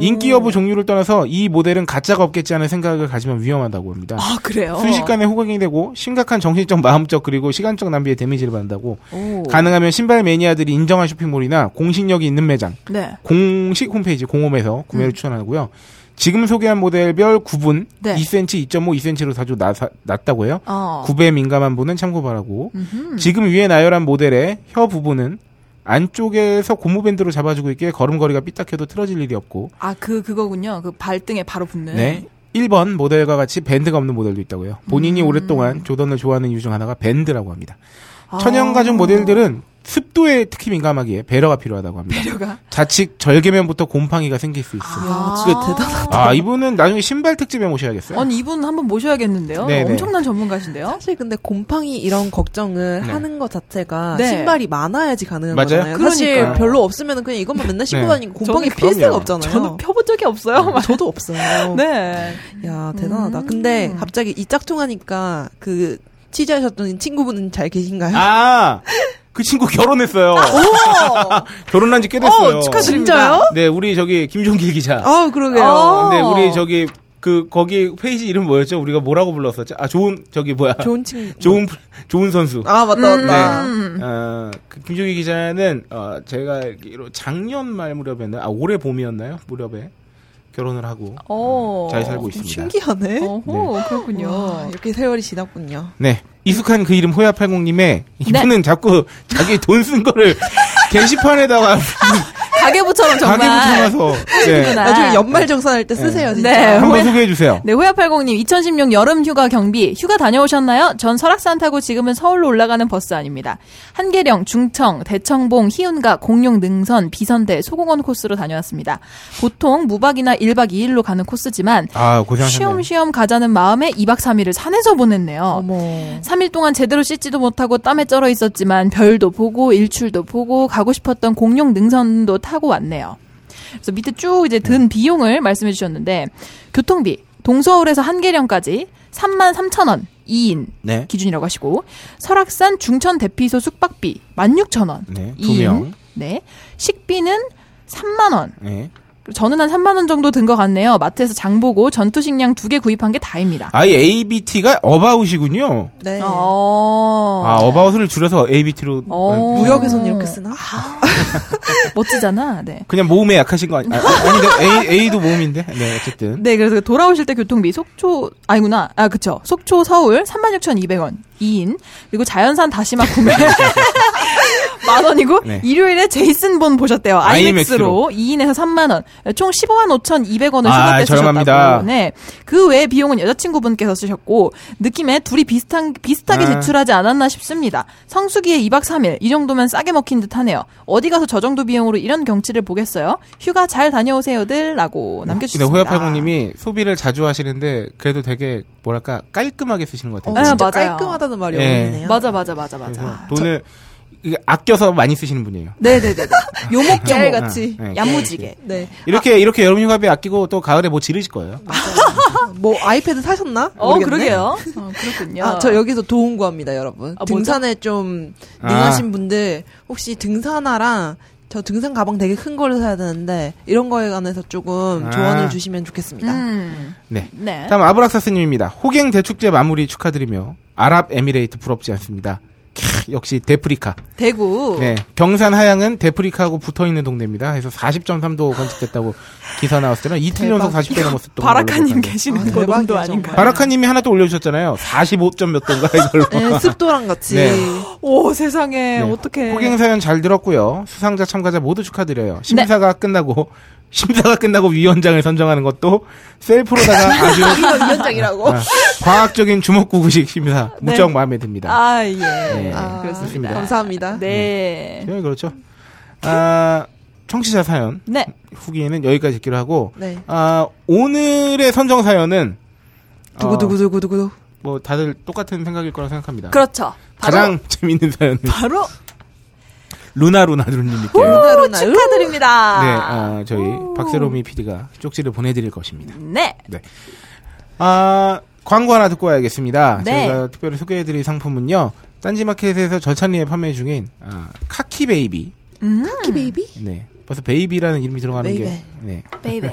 인기 여부 종류를 떠나서 이 모델은 가짜가 없겠지 하는 생각을 가지면 위험하다고 합니다. 아, 그래요? 순식간에 호강이 되고 심각한 정신적, 마음적 그리고 시간적 낭비에 데미지를 받는다고 오. 가능하면 신발 매니아들이 인정한 쇼핑몰이나 공신력이 있는 매장, 네. 공식 홈페이지 공홈에서 구매를 추천하고요. 지금 소개한 모델별 구분 음. 네. 2cm, 2.5, 2cm로 다주 낮, 낮다고 해요. 어. 구배 민감한 분은 참고 바라고. 음흠. 지금 위에 나열한 모델의 혀 부분은 안쪽에서 고무밴드로 잡아주고 있기에 걸음걸이가 삐딱해도 틀어질 일이 없고 아, 그, 그거군요. 그 발등에 바로 붙는. 네. 1번 모델과 같이 밴드가 없는 모델도 있다고요. 본인이 음. 오랫동안 조던을 좋아하는 이유 중 하나가 밴드라고 합니다. 아. 천연 가죽 모델들은 습도에 특히 민감하기에 배려가 필요하다고 합니다. 배려가. 자칫 절개면부터 곰팡이가 생길 수 있습니다. 이야, 진짜 대단하다. 아, 이분은 나중에 신발 특집에 모셔야겠어요. 아니, 이분 한번 모셔야겠는데요. 네네. 엄청난 전문가신데요. 사실 근데 곰팡이 이런 걱정을 네. 하는 것 자체가 네. 신발이 많아야지 가능한 맞아요. 거잖아요. 사실 그러니까요. 별로 없으면 그냥 이것만 맨날 신고 네. 다니고 곰팡이 필 저는 그럼요. 새가 없잖아요. 저는 펴본 적이 없어요. 저도 없어요. 네. 야 대단하다. 근데 갑자기 이 짝퉁하니까 그 취재하셨던 친구분은 잘 계신가요? 아, 그 친구 결혼했어요. 음. 결혼한 지 꽤 됐어요. 아, 어, 축하드립니다. 진짜요? 네, 우리 저기 김종길 기자. 네, 아 그러게요. 어. 근데 우리 저기 그 거기 페이지 이름 뭐였죠? 우리가 뭐라고 불렀었죠? 아, 좋은 저기 뭐야? 좋은 친구. 좋은 좋은 선수. 아 맞다 맞다. 음. 아, 그 김종기 기자는 어, 제가 알기로 작년 말 무렵에는 아 올해 봄이었나요? 무렵에 결혼을 하고 오. 잘 살고 좀 있습니다. 신기하네. 어허, 그렇군요. 와, 이렇게 세월이 지났군요. 네. 익숙한 그 이름 호야팔공님의 네. 이분은 자꾸 자기 돈 쓴 거를 게시판에다가 가계부처럼 정말. 가게 붙여놔서 네. 그렇구나. 나중에 연말 정산할 때 쓰세요 진짜. 네. 한번 호야- 소개해 주세요. 네, 호야팔공님, 2016 여름 휴가 경비. 휴가 다녀오셨나요? 전 설악산 타고 지금은 서울로 올라가는 버스 아닙니다. 한계령, 중청, 대청봉, 희운가, 공룡 능선, 비선대, 소공원 코스로 다녀왔습니다. 보통 무박이나 1박 2일로 가는 코스지만, 아 고생하셨네요. 쉬엄쉬엄 가자는 마음에 2박 3일을 산에서 보냈네요. 어머. 3일 동안 제대로 씻지도 못하고 땀에 쩔어 있었지만 별도 보고 일출도 보고 가고 싶었던 공룡 능선도 타고 왔네요. 그래서 밑에 쭉 이제 네. 든 비용을 말씀해 주셨는데 교통비 동서울에서 한계령까지 3만 3천 원 2인 네. 기준이라고 하시고 설악산 중천 대피소 숙박비 16,000원 네. 두 2인 명. 네 식비는 3만 원 네. 그리고 저는 한 3만 원 정도 든 것 같네요. 마트에서 장 보고 전투식량 두 개 구입한 게 다입니다. 아이 ABT가 어바웃이군요. 네. 어. 아 어바웃을 줄여서 ABT로 어. 무역에선 이렇게 쓰나? 멋지잖아. 네. 그냥 모음에 약하신 거 아니, 아, 아닌데 A A도 모음인데 네 어쨌든 네, 그래서 돌아오실 때 교통비 속초 아니구나. 아, 그쵸. 속초 서울 36,200원 2인. 그리고 자연산 다시마 구매. 만 원이고 네. 일요일에 제이슨 본 보셨대요. 아이맥스로. 아이맥스로 2인에서 3만 원. 네, 총 15만 5,200원을 아, 추가 때 저렴합니다. 쓰셨다고. 네. 그 외에 비용은 여자친구분께서 쓰셨고 느낌에 둘이 비슷한 비슷하게 아. 지출하지 않았나 싶습니다. 성수기에 2박 3일 이 정도면 싸게 먹힌 듯하네요. 어디 가서 저 정도 비용으로 이런 경치를 보겠어요? 휴가 잘 다녀오세요들라고 아, 남겨 근데 주셨습니다. 네, 호야팔공님이 소비를 자주 하시는데 그래도 되게 뭐랄까 깔끔하게 쓰시는 것 어, 같아요. 아, 진짜 맞아요. 깔끔하다는 말이 예. 어울리네요. 맞아 맞아 맞아 그래서 맞아. 돈을 이게 아껴서 많이 쓰시는 분이에요. 네네네. 요목조목 같이. 네, 얌무지게. 네. 이렇게 이렇게 여름 휴가비 아끼고 또 가을에 뭐 지르실 거예요. 아. 뭐 아이패드 사셨나? 어 모르겠네. 그러게요. 어, 그렇군요. 아, 저 여기서 도움 구합니다, 여러분. 아, 뭐죠? 등산에 좀 아. 능하신 분들 혹시 등산화랑 저 등산 가방 되게 큰 거를 사야 되는데 이런 거에 관해서 조금 아. 조언을 주시면 좋겠습니다. 음. 네. 네. 다음 아브락사스님입니다. 호갱 대축제 마무리 축하드리며 아랍에미레이트 부럽지 않습니다. 캬, 역시 데프리카. 대구. 네, 경산 하양은 데프리카하고 붙어 있는 동네입니다. 그래서 40.3도 관측됐다고 기사 나왔을 때는 이틀 연속 40도 넘었었던 걸로 바라카님 기억하는데. 계시는 아, 곳 온도 대박이야, 아닌가? 네, 정말. 바라카님이 하나 또 올려주셨잖아요. 45점 몇 도인가 이걸로. 네, 습도랑 같이. 네. 오 네, 세상에 어떻게? 예. 호갱 사연 잘 들었고요. 수상자 참가자 모두 네. 축하드려요. 심사가 끝나고 심사가 끝나고 위원장을 선정하는 것도 셀프로다가 아주 위원장이라고. 네. 아, 과학적인 주먹구구식 심사 무척 마음에 듭니다. 아 예. 네. 그렇습니다. 아, 그렇습니다. 감사합니다. 네. 예, 그렇죠. 아, 청취자 사연 네. 후기에는 여기까지 듣기로 하고 네. 아, 오늘의 선정 사연은 어, 두구두구두구두구. 뭐 다들 똑같은 생각일 거라 생각합니다. 그렇죠. 가장 재밌는 사연은 바로 루나 루나 루님께요. 루나, 오, 루나. 네, 축하드립니다. 아, 저희 박세롬이 PD가 쪽지를 보내드릴 것입니다. 네. 아, 광고 하나 듣고 와야겠습니다. 네. 저희가 특별히 소개해드릴 상품은요. 딴지마켓에서 절찬리에 판매 중인 아, 카키 베이비. 음. 키 베이비? 네. 벌써 베이비라는 이름이 들어가는 게. 베이베. 네. 베이베.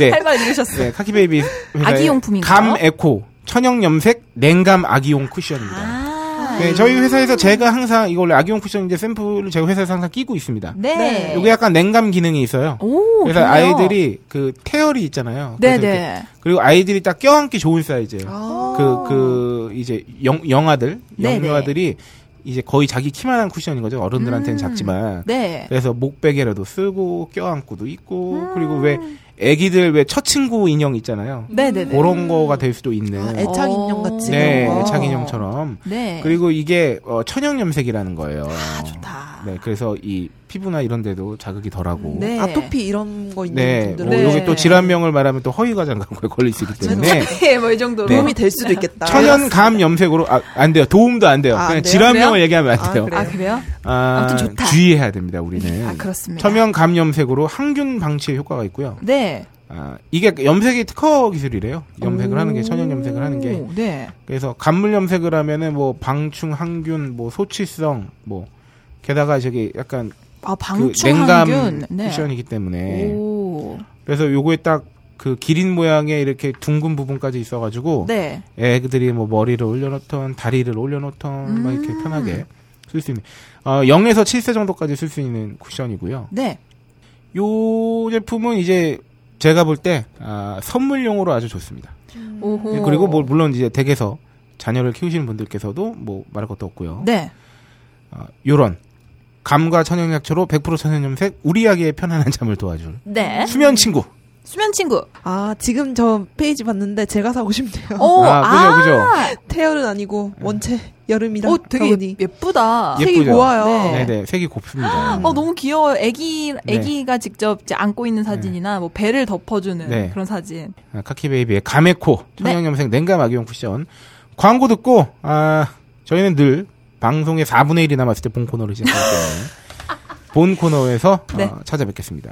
네. 할 말 읽으셨어요. 네, 카키 베이비 회사의 아기용품인가요? 감 에코 천연 염색 냉감 아기용 쿠션입니다. 아. 네, 저희 회사에서 제가 항상 이거 원래 아기용 쿠션인데 샘플을 제가 회사에서 항상 끼고 있습니다. 네. 요게 약간 냉감 기능이 있어요. 오. 그래서 좋네요. 아이들이 그 태열이 있잖아요. 그래서 이렇게 네네. 그리고 아이들이 딱 껴안기 좋은 사이즈예요. 아. 그, 그, 이제, 영, 영아들, 네네. 영유아들이 이제 거의 자기 키만한 쿠션인 거죠. 어른들한테는 음. 작지만. 네. 음. 그래서 목베개라도 쓰고, 껴안고도 있고, 그리고 왜, 애기들 왜 처친구 인형 있잖아요. 네네네. 그런 거가 될 수도 있는. 아, 애착 인형 같이. 네, 그런 거. 애착 인형처럼. 네. 아, 그리고 이게, 어, 천연 염색이라는 거예요. 다. 네, 그래서 이 피부나 이런 데도 자극이 덜하고. 네. 아토피 이런 거 있는 네, 분들은 뭐 네. 요게 또 질환명을 말하면 또 허위과장 같은 거에 걸릴 수 있기 때문에. 네, 뭐 이 정도로. 네. 도움이 될 수도 있겠다. 천연 감 염색으로 아, 안 돼요. 도움도 안 돼요. 아, 안 그냥 돼요? 질환명을 그래요? 얘기하면 안 아, 돼요. 그래요? 아, 그래요? 아, 아무튼 좋다. 주의해야 됩니다. 우리는. 아, 그렇습니다. 천연 감 염색으로 항균 방치에 효과가 있고요. 네. 아, 이게 염색의 특허 기술이래요. 염색을 하는 게 천연 염색을 하는 게 오, 네. 그래서 간물 염색을 하면은 뭐 방충 항균 뭐 소취성 뭐 게다가 저기 약간 아, 그 방충항균. 냉감 네. 쿠션이기 때문에 오. 그래서 요거에 딱 그 기린 모양의 이렇게 둥근 부분까지 있어가지고 네. 애들이 뭐 머리를 올려놓던 다리를 올려놓던 음. 막 이렇게 편하게 쓸 수 있는 어, 0에서 7세 정도까지 쓸 수 있는 쿠션이고요. 네. 요 제품은 이제 제가 볼 때 아, 선물용으로 아주 좋습니다. 오호. 그리고 뭐 물론 이제 댁에서 자녀를 키우시는 분들께서도 뭐 말할 것도 없고요. 네. 아, 요런 감과 천연약초로 100% 천연염색 우리 아기의 편안한 잠을 도와줄 네. 수면 친구. 수면 친구. 아, 지금 저 페이지 봤는데 제가 사고 싶네요. 오, 아, 그죠, 그죠. 태열은 아니고 원체 여름이라. 아, 오, 어, 되게 더우니. 예쁘다. 예- 색이 예쁘죠? 고와요. 네. 네네 색이 곱습니다. 어, 너무 귀여워. 애기, 네. 애기가 직접 이제 안고 있는 사진이나 뭐 배를 덮어주는 네. 그런 사진. 아, 카키베이비의 가메코 천연염색 네. 냉감 아기용 쿠션 광고 듣고 아 저희는 늘 방송의 4분의 1이 남았을 때 본 코너를 시작하기 때문에 본 코너에서 어, 네. 찾아뵙겠습니다.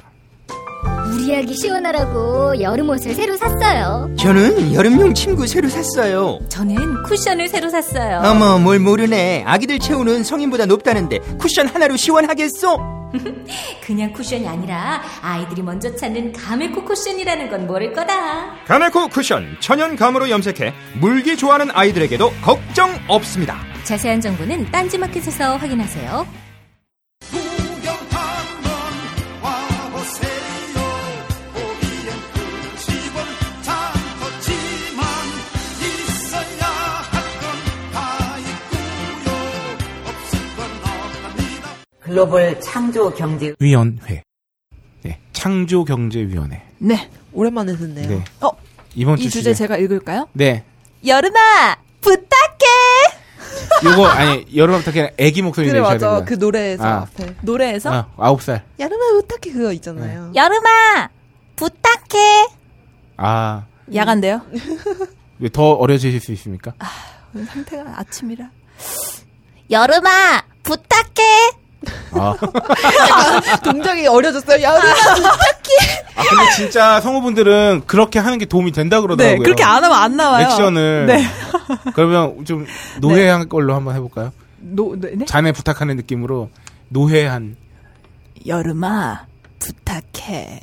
우리 아기 시원하라고 여름 옷을 새로 샀어요. 저는 여름용 침구 새로 샀어요. 저는 쿠션을 새로 샀어요. 어머, 뭘 모르네. 아기들 체온은 성인보다 높다는데 쿠션 하나로 시원하겠어? 그냥 쿠션이 아니라 아이들이 먼저 찾는 가메코 쿠션이라는 건 모를 거다. 가메코 쿠션 천연 감으로 염색해 물기 좋아하는 아이들에게도 걱정 없습니다. 자세한 정보는 딴지마켓에서 확인하세요. 있어야 할 건 다 있고요 없을 건 없. 글로벌 창조 경제 위원회. 네. 창조경제위원회. 네. 오랜만에 듣네요. 네. 어, 이번 이 주 주제 주제. 제가 읽을까요? 네. 여름아, 부탁해! 요거 아니 여러분 부탁해 애기 목소리 그래 내셔야 맞아 됩니다. 그 노래에서 네, 아. 앞에 노래에서 아, 아홉 살. 야르마 부탁해 그거 있잖아요. 네. 여름아, 부탁해! 아, 야간데요? 왜더 어려지실 수 있습니까? 아. 오늘 상태가 아침이라. 여름아, 부탁해! 아, 동작이 어려졌어요. 야르마 아, 근데 진짜 성우분들은 그렇게 하는 게 도움이 된다 네, 그러더라고요. 그렇게 안 하면 안 나와요. 액션을. 네. 그러면 좀 노회한 걸로 한번 해볼까요? 노, 네, 네? 자네 부탁하는 느낌으로 노회한. 여름아, 부탁해.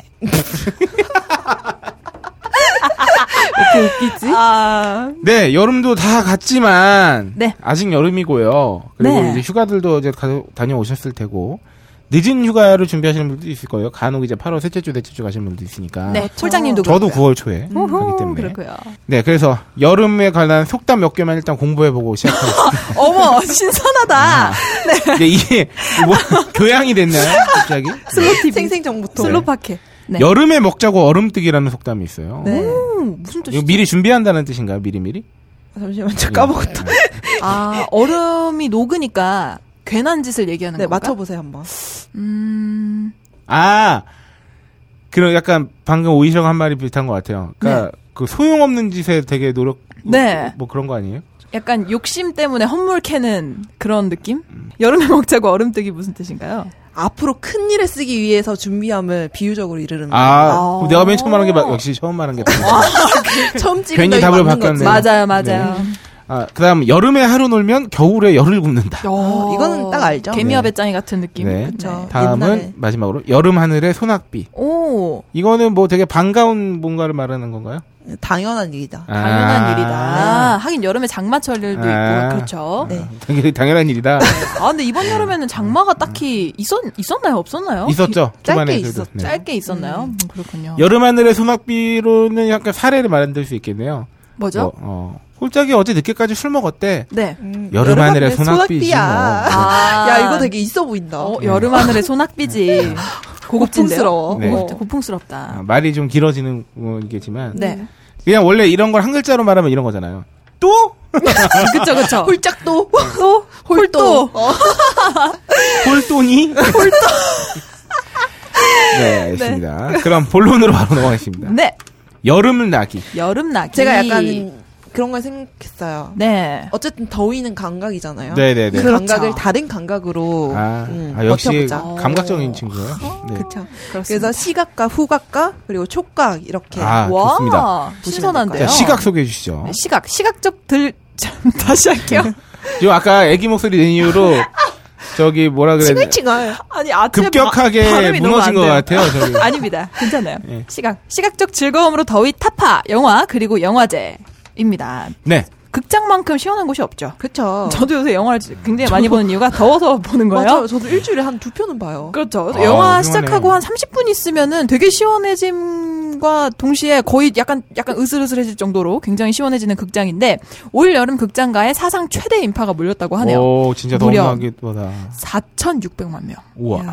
이렇게 웃기지? 아, 네, 여름도 다 갔지만 네. 아직 여름이고요. 그리고 네. 이제 휴가들도 이제 가- 다녀오셨을 테고 늦은 휴가를 준비하시는 분도 있을 거예요. 간혹 이제 8월 셋째 주, 넷째 주 가시는 분도 있으니까. 네, 홀장님도 아, 저도 9월 초에 가기 때문에. 그렇고요. 네, 그래서 여름에 관한 속담 몇 개만 일단 공부해보고 시작하겠습니다. 어머, 신선하다. 이제 이게 뭐 교양이 됐나요, 갑자기? 네. 생생정부터. 슬로파케. 네. 여름에 먹자고 얼음뜨기라는 속담이 있어요. 음. 네. 오, 무슨 이거 뜻이죠? 미리 준비한다는 뜻인가요, 미리 미리? 아, 잠시만 저 까먹었다. 아, 얼음이 녹으니까 괜한 짓을 얘기하는 네 건가? 맞춰보세요 한번. 음, 아, 그런 약간 방금 오이시랑 한 말이 비슷한 것 같아요. 그러니까 그 소용없는 짓에 되게 노력, 네. 뭐 그런 거 아니에요? 약간 욕심 때문에 헛물 캐는 그런 느낌? 여름에 먹자고 얼음뜨기 무슨 뜻인가요? 앞으로 큰 일에 쓰기 위해서 준비함을 비유적으로 이르는 아, 그럼 내가 맨 처음 말한 게 마- 역시 처음 말한 게 맞네. 거예요. 처음 찍은 괜히 너 이거 답을 맞는 바꿨네. 거지. 맞아요, 맞아요. 아, 그다음 여름에 하루 놀면 겨울에 열을 굽는다. 어, 이거는 딱 알죠. 개미와 네. 배짱이 같은 느낌. 네. 그쵸. 다음은 옛날에. 마지막으로 여름 하늘의 소낙비. 오, 이거는 뭐 되게 반가운 뭔가를 말하는 건가요? 당연한 일이다. 당연한 아. 일이다. 하긴 여름에 장마철들도 아. 있고, 그렇죠. 네. 되게 당연한 일이다. 아, 근데 이번 여름에는 장마가 딱히 있었, 있었나요? 없었나요? 있었죠. 짧게 초반에 있었죠. 네. 짧게 있었나요? 음, 그렇군요. 여름 하늘의 소낙비로는 약간 사례를 만들 수 있겠네요. 뭐죠? 뭐, 어, 홀짝이 어제 늦게까지 술 먹었대. 네. 음, 여름 하늘의 여름 하늘의 소낙비지 뭐. 소낙비야. 아. 야 이거 되게 있어 보인다. 어, 여름 하늘의 소낙비지. 고급진데요. 고풍스러워. 네. 고급- 고풍스럽다. 아, 말이 좀 길어지는 거겠지만 음. 네. 그냥 원래 이런 걸 한 글자로 말하면 이런 거잖아요. 또? 아, 그쵸, 어, 그쵸. 홀짝도 또? 홀또. 홀돈이 홀돈. 네, 알겠습니다. 그럼 본론으로 바로 넘어가겠습니다. 네. 여름 나기. 여름 나기. 제가 약간 그런 걸 생각했어요. 네. 어쨌든 더위는 감각이잖아요. 네네네. 이 그렇죠. 감각을 다른 감각으로 아, 음, 아, 역시 버텨보자. 감각적인 친구예요. 네. 그렇죠. 그렇습니다. 그래서 시각과 후각과 그리고 촉각 이렇게 아, 와, 네. 좋습니다. 자, 신선한데요. 시각 소개해 주시죠. 네, 시각, 시각적 들, 참, 다시 할게요. 지금 아까 애기 목소리 낸 이유로 저기 뭐라 그래야 되나? 칭얼칭얼 아니, 아침에. 급격하게 바- 발음이 너무 무너진 안 것 돼요. 같아요, 저기. 아닙니다. 괜찮아요. 예. 시각, 시각적 즐거움으로 더위 타파, 영화, 그리고 영화제입니다. 네. 극장만큼 시원한 곳이 없죠. 그렇죠. 저도 요새 영화를 굉장히 많이 보는 이유가 더워서 보는 거예요. 맞아요. 저도 일주일에 한 두 편은 봐요. 그렇죠. 아, 영화 훌륭하네. 시작하고 한 30분 있으면은 되게 시원해짐과 동시에 거의 약간 약간 으슬으슬해질 정도로 굉장히 시원해지는 극장인데 올 여름 극장가에 사상 최대 인파가 몰렸다고 하네요. 오, 진짜 무려. 너무나기보다. 4,600만 명. 우와.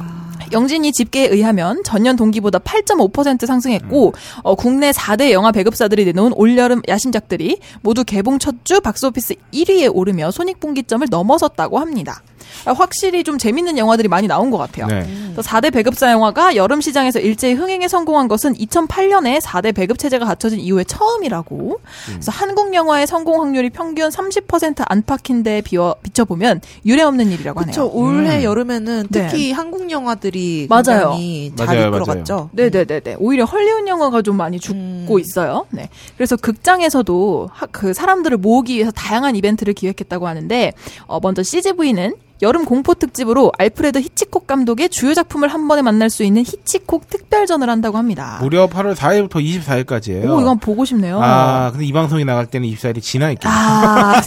영진이 집계에 의하면 전년 동기보다 8.5% 상승했고 어, 국내 4대 영화 배급사들이 내놓은 올여름 야심작들이 모두 개봉 첫 주 박스오피스 1위에 오르며 손익분기점을 넘어섰다고 합니다. 아, 확실히 좀 재밌는 영화들이 많이 나온 것 같아요. 네. 또 4대 배급사 영화가 여름 시장에서 일제히 흥행에 성공한 것은 2008년에 4대 배급 체제가 갖춰진 이후에 처음이라고. 그래서 한국 영화의 성공 확률이 평균 30% 안팎인 데 비워 비춰보면 유례없는 일이라고 그렇죠. 하네요. 올해 음. 여름에는 네. 특히 한국 영화들이 맞아요. 굉장히 잘 맞아요, 이끌어갔죠. 네네네네. 오히려 헐리우드 영화가 좀 많이 죽고 있어요. 네. 그래서 극장에서도 하- 그 사람들을 모으기 위해서 다양한 이벤트를 기획했다고 하는데, 어, 먼저 CGV는 여름 공포 특집으로 알프레드 히치콕 감독의 주요 작품을 한 번에 만날 수 있는 히치콕 특별전을 한다고 합니다. 무려 8월 4일부터 24일까지예요. 오, 이건 보고 싶네요. 아, 근데 이 방송이 나갈 때는 24일이 지나 있겠네. 아,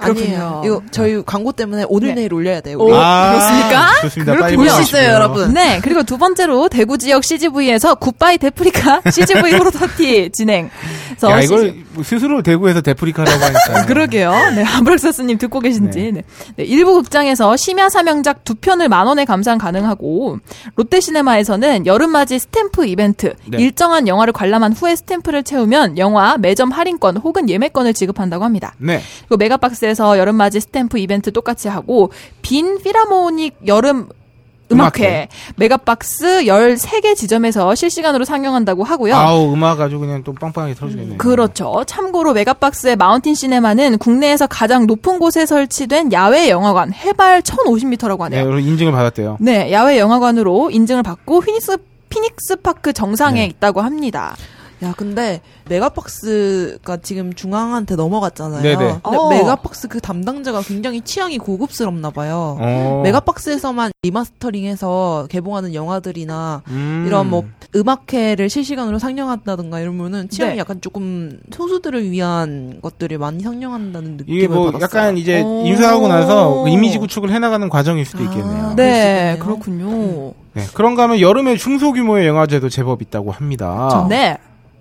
아니에요. 이거 저희 광고 때문에 오늘 네. 내일 올려야 돼요. 오, 우리. 그렇습니까? 아, 좋습니다. 그렇게 빨리 볼수 보시고요. 있어요, 여러분. 네, 그리고 두 번째로 대구 지역 CGV에서 굿바이 데프리카 CGV 호러터티 진행. 그래서 야, CGV 이걸 스스로 대구에서 데프리카라고 하니까. 그러게요. 네, 아브락사스님 듣고 계신지. 네. 네, 일부 극장에 극장에서 심야 사명작 두 편을 만 원에 감상 가능하고 롯데시네마에서는 여름맞이 스탬프 이벤트 네. 일정한 영화를 관람한 후에 스탬프를 채우면 영화 매점 할인권 혹은 예매권을 지급한다고 합니다. 네. 그리고 메가박스에서 여름맞이 스탬프 이벤트 똑같이 하고 빈 피라모닉 여름 음악회, 음악회. 메가박스 13개 지점에서 실시간으로 상영한다고 하고요. 아우 음악 아주 그냥 또 빵빵하게 터지겠네요. 그렇죠. 참고로 메가박스의 마운틴 시네마는 국내에서 가장 높은 곳에 설치된 야외 영화관 해발 1,050m라고 네, 하네요. 그리고 인증을 받았대요. 네, 야외 영화관으로 인증을 받고 휘닉스 피닉스 파크 정상에 네. 있다고 합니다. 야, 근데 메가박스가 지금 중앙한테 넘어갔잖아요. 네네. 근데 어. 메가박스 그 담당자가 굉장히 취향이 고급스럽나 뭐, 봐요. 어. 메가박스에서만 리마스터링해서 개봉하는 영화들이나 음. 이런 뭐 음악회를 실시간으로 상영한다든가 이러면은 취향이 네. 약간 조금 소수들을 위한 것들을 많이 상영한다는 느낌을 이게 뭐 받았어요. 약간 이제 오. 인수하고 나서 그 이미지 구축을 해나가는 과정일 수도 있겠네요. 아, 네, 그럴 수도 그렇군요. 네, 그런가 하면 여름에 중소규모의 영화제도 제법 있다고 합니다. 네.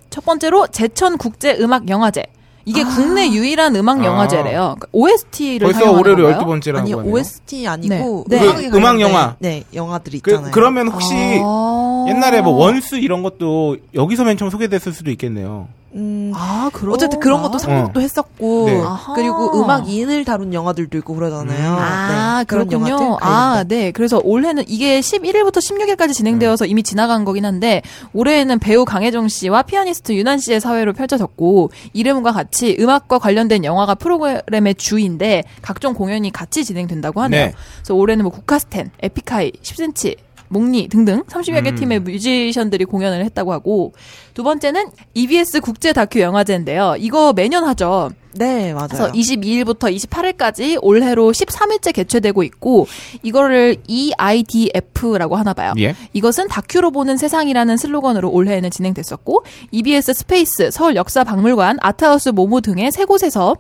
첫 번째로 제천 국제 음악 영화제. 이게 국내 유일한 음악 아. 영화제래요. 그러니까 OST를 벌써 올해로 건가요? 12번째라는 아니 거네요. OST 아니고 네. 그 음악에 음악 관련된- 영화. 네 영화들 있잖아요. 그, 그러면 혹시 아. 옛날에 뭐 원스 이런 것도 여기서 맨 처음 소개됐을 수도 있겠네요. 음, 아, 그런 어쨌든 그런 것도 상목도 했었고 네. 아하. 그리고 음악인을 다룬 영화들도 있고 음. 그러잖아요. 아, 네, 그렇군요. 영화들? 아, 네. 네. 그래서 올해는 이게 11일부터 16일까지 진행되어서 이미 지나간 거긴 한데 올해에는 배우 강혜정 씨와 피아니스트 유난 씨의 사회로 펼쳐졌고 이름과 같이 음악과 관련된 영화가 프로그램의 주인데 각종 공연이 같이 진행된다고 하네요. 네. 그래서 올해는 뭐 국카스텐, 에픽하이, 10cm 목니 등등 30여 개 음. 팀의 뮤지션들이 공연을 했다고 하고 두 번째는 EBS 국제 다큐 영화제인데요. 이거 매년 하죠. 네, 맞아요. 그래서 22일부터 28일까지 올해로 13일째 개최되고 있고 이거를 E EIDF라고 하나 봐요. 예. 이것은 다큐로 보는 세상이라는 슬로건으로 올해에는 진행됐었고 EBS 스페이스, 서울 역사 박물관, 아트하우스 모모 등의 세 곳에서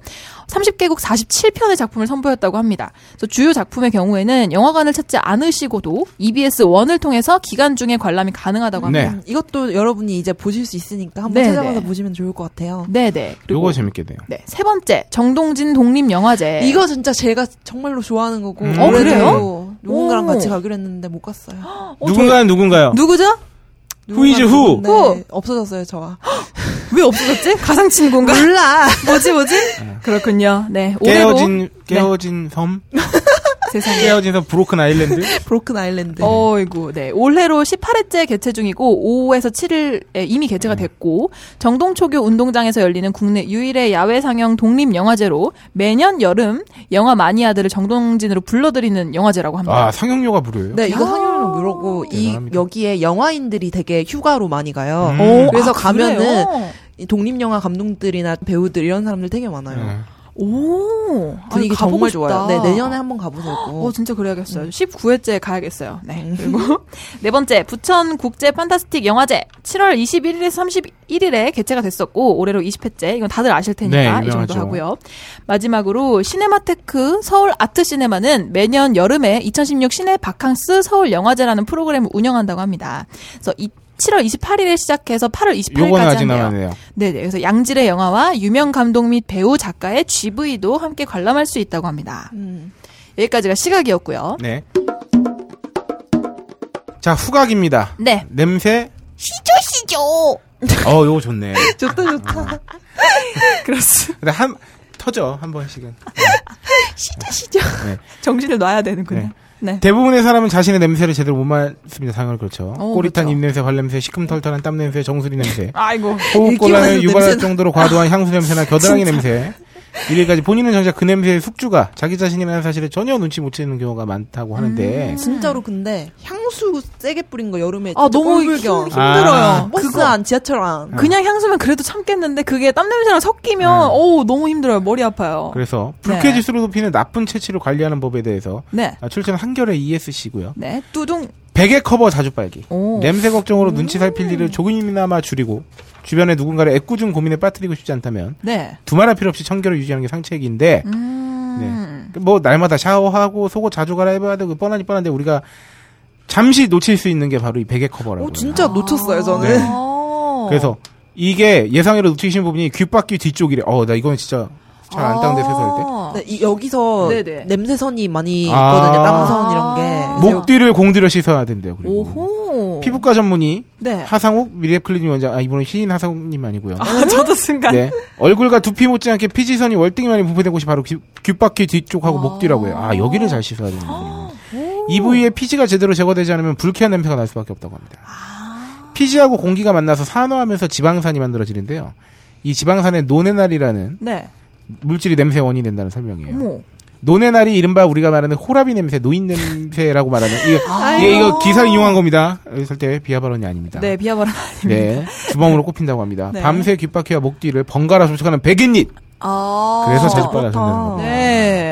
30개국 47편의 작품을 선보였다고 합니다. 그래서 주요 작품의 경우에는 영화관을 찾지 않으시고도 EBS 원을 통해서 기간 중에 관람이 가능하다고 합니다. 네. 이것도 여러분이 이제 보실 수 있으니까 한번 네, 찾아가서 네. 보시면 좋을 것 같아요. 네, 네. 요거 재밌겠네요. 네. 세 번째, 정동진 독립영화제. 이거 진짜 제가 정말로 좋아하는 거고. 음. 어, 올해도 그래요? 누군가랑 오. 같이 가기로 했는데 못 갔어요. 어, 저- 누군가는 누군가요? 누구죠? Who is 누군가랑 who? 갔는데 Who? 네, 없어졌어요, 저와. 왜 없어졌지? 가상 친구인가? 몰라! 뭐지 뭐지? 그렇군요. 네. 올해도 깨어진 깨어진 섬? 세상에. 깨어진 섬 브로큰 아일랜드? 브로큰 아일랜드. 어이구, 네. 올해로 18회째 개최 중이고, 5에서 7일에 이미 개최가 됐고, 정동초교 운동장에서 열리는 국내 유일의 야외 상영 독립영화제로 매년 여름 영화 마니아들을 정동진으로 불러들이는 영화제라고 합니다. 아 상영료가 무료예요. 네, 이거 야. 상영은 그러고, 이, 대단합니다. 여기에 영화인들이 되게 휴가로 많이 가요. 음. 오, 그래서 아, 가면은 그래요? 이 독립영화 감독들이나 배우들 이런 사람들 되게 많아요. 네. 오, 아니, 분위기 정말 가보고 싶다. 좋아요. 네, 내년에 한번 가보세요. 꼭. 어, 진짜 그래야겠어요. 음. 19회째 가야겠어요. 네. 그리고 네 번째, 부천 국제 판타스틱 영화제. 7월 21일에서 31일에 개최가 됐었고, 올해로 20회째. 이건 다들 아실 테니까 네, 이 정도 유명하죠. 하고요. 마지막으로 시네마테크 서울 아트 시네마는 매년 여름에 2016 시내 바캉스 서울 영화제라는 프로그램을 운영한다고 합니다. 그래서 이 7월 28일에 시작해서 8월 28일까지 요거는 아직 한대요. 남았네요. 네네. 그래서 양질의 영화와 유명 감독 및 배우 작가의 GV도 함께 관람할 수 있다고 합니다. 음. 여기까지가 시각이었고요. 네. 자 후각입니다. 네. 냄새. 시죠 시죠. 어 요거 좋네. 좋다, 아, 좋다. 그렇습니다. 근데 한 터져 한 번씩은. 아. 정신을 놔야 되는군요. 네. 네. 대부분의 사람은 자신의 냄새를 제대로 못 맡습니다. 상을 그렇죠. 어, 꼬릿한 그렇죠. 입냄새, 발냄새, 시큼털털한 땀냄새, 정수리 냄새. 아이고. 읽기만 호흡곤란을 해도 유발할 냄새나. 정도로 과도한 향수 냄새나 겨드랑이 냄새. 이래까지 본인은 정작 그 냄새의 숙주가 자기 자신이라는 사실에 전혀 눈치 못 채는 경우가 많다고 하는데 진짜로 근데 향수 세게 뿌린 거 여름에 아, 진짜 너무 힘, 꼴불견. 힘들어요. 아. 버스 버스 안 지하철 안. 그냥 향수면 그래도 참겠는데 그게 땀 냄새랑 섞이면 네. 어우 너무 힘들어요. 머리 아파요. 그래서 네. 불쾌지수를 높이는 나쁜 채취를 관리하는 법에 대해서 네. 아, 출처는 한겨레 ESC고요. 네. 뚜둥. 베개 커버 자주 빨기. 오. 냄새 걱정으로 눈치 살필 일을 조금이나마 줄이고 주변에 누군가를 애꿎은 고민에 빠뜨리고 싶지 않다면 네. 두말할 필요 없이 청결을 유지하는 게 상책인데 음. 뭐 날마다 샤워하고 속옷 자주 갈아입어야 되고 뻔하니 뻔한데 우리가 잠시 놓칠 수 있는 게 바로 이 베개 커버라고. 오 진짜 놓쳤어요 저는. 네. 어. 그래서 이게 예상외로 놓치신 부분이 귓바퀴 뒤쪽이래. 어 나 이건 진짜 잘 안 따는데 세상일 때. 아. 네, 이- 여기서 네네. 냄새선이 많이 아. 뭐? 있거든요. 땀선 이런 게. 목뒤를 공들여 씻어야 된대요. 그리고 네. 오호. 피부과 전문의 네. 하상욱 미래클리닉 원장. 아 이분은 신인 하상욱님 아니고요. 아, 저도 순간. 네. 얼굴과 두피 못지않게 피지선이 월등히많이 분포된 곳이 바로 귀- 귓바퀴 뒤쪽하고 목뒤라고요. 아 여기를 잘 씻어야 되는 아, 군이 부위에 피지가 제대로 제거되지 않으면 불쾌한 냄새가 날 수밖에 없다고 합니다. 아. 피지하고 공기가 만나서 산화하면서 지방산이 만들어지는데요. 이 지방산에 노네날이라는 네. 물질이 냄새 원인이 된다는 설명이에요. 어머. 노네날이 이른바 우리가 말하는 호라비 냄새, 노인 냄새라고 말하는 이거, 예, 이게 이거 기사 인용한 겁니다. 절대 비하 발언이 아닙니다. 아. 네, 비아바라 아닙니다. 네, 주범으로 꼽힌다고 합니다. 네. 밤새 귓바퀴와 목 뒤를 번갈아 접촉하는 백인잎. 아. 그래서 제주바가 된다는 겁니다. 네.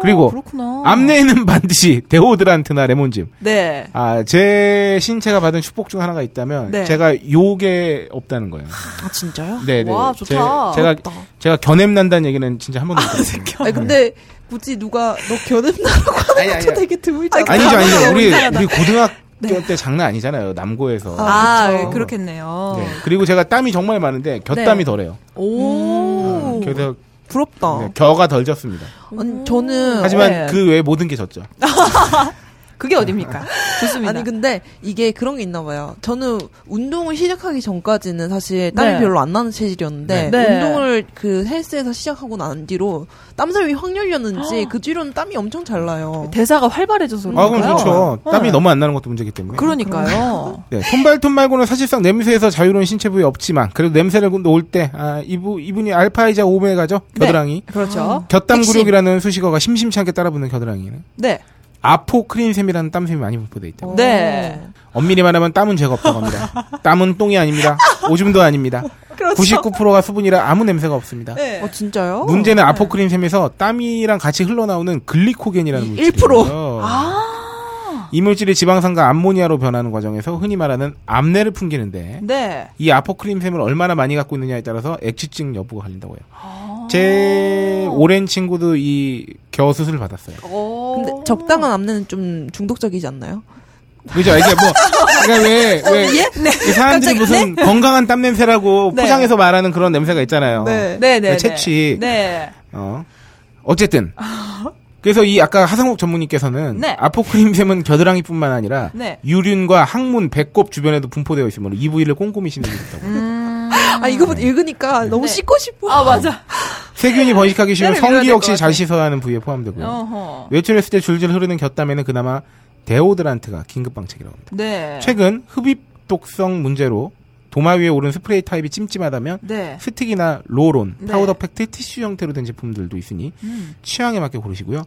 그리고 어. 그렇구나. 앞내에는 반드시 데오드란트나 레몬즙. 네. 아, 제 신체가 받은 축복 중 하나가 있다면 네. 제가 요게 없다는 거예요. 아, 진짜요? 네, 네. 와, 제, 좋다. 제가 제가 견냄 난다는 얘기는 진짜 한 번도 못 들었어요. 아니, 근데 굳이 누가 너 견음나라고 아니, 하는 아니, 것도 아니. 되게 드물잖아. 아니죠, 아니죠. 우리 이상하다. 네. 우리 고등학교 때 장난 아니잖아요. 남고에서. 아, 그렇죠. 예, 그렇겠네요. 네. 그리고 제가 땀이 정말 많은데 곁땀이 네. 어. 덜해요. 오. 그래서 음, 부럽다. 네, 겨가 덜 졌습니다. 아니, 저는 하지만 네. 그 외에 모든 게 졌죠. 아, 그게 어딥니까? 좋습니다. 아니 근데 이게 그런 게 있나 봐요. 저는 운동을 시작하기 전까지는 사실 땀이 네. 별로 안 나는 체질이었는데 네. 네. 운동을 그 헬스에서 시작하고 난 뒤로 땀샘이 확 열렸는지 그 뒤로는 땀이 엄청 잘 나요. 대사가 활발해져서 아, 그런가요? 그럼 좋죠. 네. 땀이 너무 안 나는 것도 문제기 때문에. 그러니까요. 네, 손발톱 말고는 사실상 냄새에서 자유로운 신체 부위 없지만 그래도 냄새를 놓을 때 아, 이부, 이분이 알파이자 오메가죠 네. 겨드랑이 그렇죠. 곁담구력이라는 수식어가 심심치 않게 따라붙는 겨드랑이는 네. 아포크린샘이라는 땀샘이 많이 분포돼 있다. 고 네. 엄밀히 말하면 땀은 죄가 없다고 합니다. 땀은 똥이 아닙니다. 오줌도 아닙니다. 그렇죠. 99%가 수분이라 아무 냄새가 네. 없습니다. 어 진짜요? 문제는 아포크린샘에서 땀이랑 같이 흘러나오는 글리코겐이라는 물질이에요. 이 물질이 지방산과 암모니아로 변하는 과정에서 흔히 말하는 암내를 풍기는데 네. 이 아포크림샘을 얼마나 많이 갖고 있느냐에 따라서 액취증 여부가 갈린다고 해요. 제 오랜 친구도 이 겨 수술을 받았어요. 근데 적당한 암내는 좀 중독적이지 않나요? 음. 그죠? 이게 뭐, 그러니까 왜, 왜, 어, 이 사람들이 무슨 건강한 땀 냄새라고 예? 네. 포장해서 말하는 그런 냄새가 있잖아요. 네. 네, 네. 채취. 네. 어. 어쨌든. 그래서 이 아까 하상욱 전문의께서는 네. 아포크림샘은 겨드랑이뿐만 아니라 네. 유륜과 항문, 배꼽 주변에도 분포되어 있으므로 이 부위를 꼼꼼히 씻는 게 있다고. 음. 아 이거부터 읽으니까 너무 씻고 싶어. 아, 맞아. 세균이 번식하기 쉬운 때를 밀어야 성기 될것 역시 같아. 잘 씻어야 하는 부위에 포함되고요. 네, 어허. 외출했을 때 줄줄 흐르는 곁담에는 그나마 데오드란트가 긴급 방책이라고 합니다. 네. 최근 흡입 독성 문제로 도마 위에 오른 스프레이 타입이 찜찜하다면 네. 스틱이나 로론, 네. 음. 파우더 팩트, 티슈 형태로 된 제품들도 있으니 취향에 맞게 고르시고요.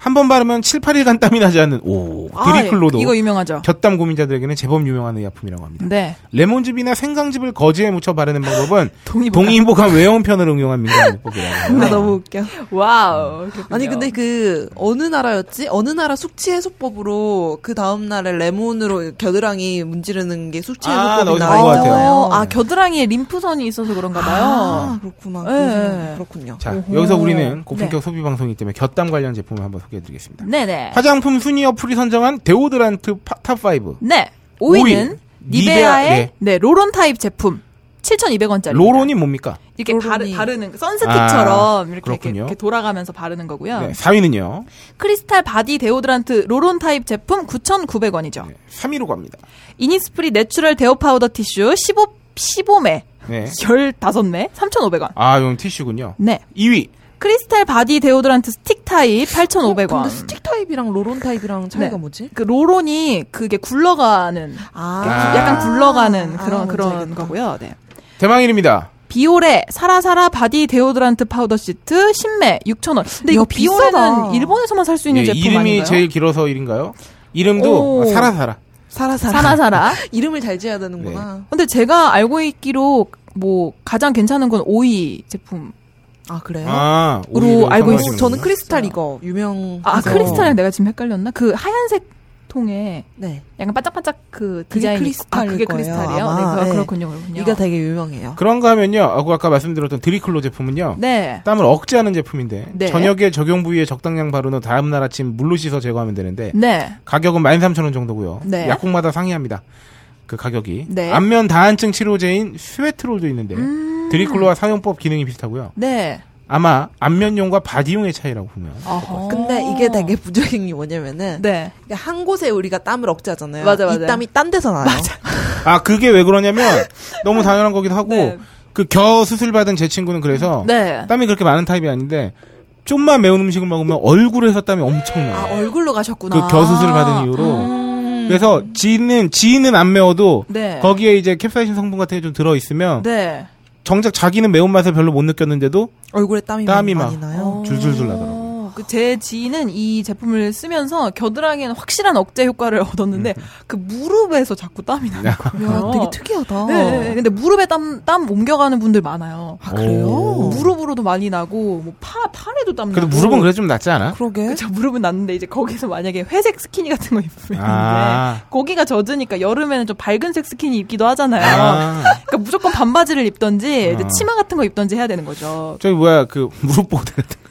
한 번 바르면 7, 8일간 땀이 나지 않는 오 드리클로도 아, 이거 유명하죠. 곁담 고민자들에게는 제법 유명한 의약품이라고 합니다. 네. 레몬즙이나 생강즙을 거즈에 묻혀 바르는 방법은 동의보감. 동의보감 외형편을 응용한 민간요법이라고 합니다. 너무 웃겨. 와우. 아니 근데 그 어느 나라였지? 어느 나라 숙취 해소법으로 그 다음 날에 레몬으로 겨드랑이 문지르는 게 숙취 아, 해소법이 나 어디서 본것 나와요. 같아요. 어, 아, 겨드랑이에 림프선이 있어서 그런가 봐요. 아, 그렇구나. 예, 그렇구나. 예. 그렇군요. 자, 오호. 여기서 우리는 고품격 네. 소비 방송이기 때문에 곁담 관련 제품을 한번 소개해드리겠습니다. 네네. 화장품 순위 어플이 선정한 데오드란트 탑5. 네. 5위는 오일. 니베아의 니베아, 예. 네. 로론 타입 제품. 7,200원짜리. 로론이 뭡니까? 이렇게 로론이. 바르, 바르는 그 선스틱처럼 아, 이렇게, 이렇게 그렇군요. 이렇게 돌아가면서 바르는 거고요. 네, 4위는요. 크리스탈 바디 데오드란트 로론 타입 제품 9,900원이죠. 네. 3위로 갑니다. 이니스프리 내추럴 데오 파우더 티슈 15 15매 네. 15매 3,500원. 아, 이건 티슈군요. 네. 2위. 크리스탈 바디 데오드란트 스틱 타입 8,500원. 어, 근데 스틱 타입이랑 로론 타입이랑 차이가 어, 네. 뭐지? 그 로론이 그게 굴러가는 아, 약간 굴러가는 아, 그런 뭔지 그런 알겠다. 거고요. 네. 대망일입니다. 비올의 사라사라 바디 데오드란트 파우더 시트 10매 6,000원. 근데 이거 야, 비싸다. 비올에는 일본에서만 살 수 예, 있는 제품 이름이 아닌가요? 제일 길어서 일인가요? 이름도 아, 오. 사라사라. 사라사라. 사라사라. 이름을 잘 지어야 되는구나. 네. 근데 제가 알고 있기로 뭐 가장 괜찮은 건 오이 제품. 아 그래요? 아, 네. 음. 으로 알고 있어요. 선호하시는구나. 저는 크리스탈 이거 유명. 아 그래서. 크리스탈이랑 내가 지금 헷갈렸나? 그 하얀색 통에 네. 약간 반짝반짝 그 그게 디자인 크리스탈일 아, 그게 거예요, 크리스탈이에요. 아마. 네, 네. 그, 그렇군요, 그렇군요. 이거 되게 유명해요. 그런가 하면요. 아, 그 아까 말씀드렸던 드리클로 제품은요. 네. 땀을 억제하는 제품인데 네. 저녁에 적용 부위에 적당량 바른 후 다음 날 아침 물로 씻어 제거하면 되는데 네. 가격은 13,000원 정도고요. 네. 약국마다 상이합니다. 그 가격이. 네. 음. 안면 다한증 치료제인 스웨트롤도 있는데 드리클로와 사용법 기능이 비슷하고요. 네. 아마 안면용과 바디용의 차이라고 보면 어허. 근데 이게 되게 부적인 게 뭐냐면은 네. 그러니까 한 곳에 우리가 땀을 억제하잖아요. 맞아, 맞아. 이 땀이 딴 데서 나요. 아 그게 왜 그러냐면 너무 당연한 거기도 하고 네. 그 겨 수술 받은 제 친구는 그래서 네. 땀이 그렇게 많은 타입이 아닌데 좀만 매운 음식을 먹으면 얼굴에서 땀이 엄청 나요. 아, 얼굴로 가셨구나. 그 겨 수술 받은 이후로 그래서 지는 지는 안 매워도 네. 거기에 이제 캡사이신 성분 같은 게 좀 들어 있으면 네. 정작 자기는 매운 맛을 별로 못 느꼈는데도 얼굴에 땀이, 땀이 많이 막. 나요. 줄줄줄 나더라고요. 어, 그제 지인은 이 제품을 쓰면서 겨드랑이에는 확실한 억제 효과를 얻었는데 그 무릎에서 자꾸 땀이 나는 거예요. 야, 아, 되게 특이하다. 아, 네, 네, 네. 근데 무릎에 땀, 땀 옮겨가는 분들 많아요. 어, 아, 그래요? 무릎으로도 뭐. 많이 나고 뭐 파, 팔에도 땀 그래도 나고. 무릎은 그래 좀 낫지 않아? 그러게. 저 무릎은 났는데 이제 거기서 만약에 회색 스키니 같은 거 입으면 아. 이제 거기가 젖으니까 여름에는 좀 밝은색 스키니 입기도 하잖아요. 아. 그러니까 무조건 반바지를 입던지 이제 아. 치마 같은 거 입던지 해야 되는 거죠. 저기 뭐야 그 무릎 보호대 같은 거.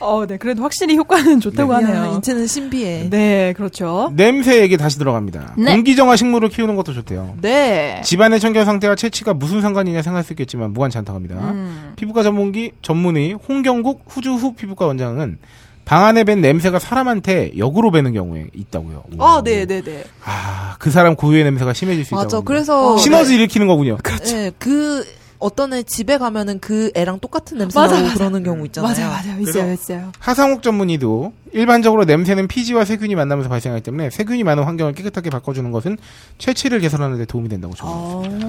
어, 네. 그래도 확실히 효과는 좋다고 야, 하네요. 인체는 신비해. 네, 그렇죠. 냄새 얘기 다시 들어갑니다. 네. 공기정화 식물을 키우는 것도 좋대요. 네. 집안의 청결 상태와 채취가 무슨 상관이냐 생각할 수 있겠지만 무관찮다고 합니다. 음. 피부과 전문기 전문의 홍경국 후주후 피부과 원장은 방 안에 밴 냄새가 사람한테 역으로 배는 경우에 있다고요. 아, 네, 네, 네. 아, 그 사람 고유의 냄새가 심해질 수 있다고. 맞아. 합니다. 어, 그래서 네. 시너지 일으키는 거군요. 그렇죠. 네, 그 어떤 애 집에 가면은 그 애랑 똑같은 냄새 맞아, 나고 맞아. 그러는 음. 경우 있잖아요. 맞아요, 맞아요. 있어요, 있어요. 하상욱 전문의도 일반적으로 냄새는 피지와 세균이 만나면서 발생하기 때문에 세균이 많은 환경을 깨끗하게 바꿔주는 것은 채취를 개선하는 데 도움이 아, 된다고 조언했습니다.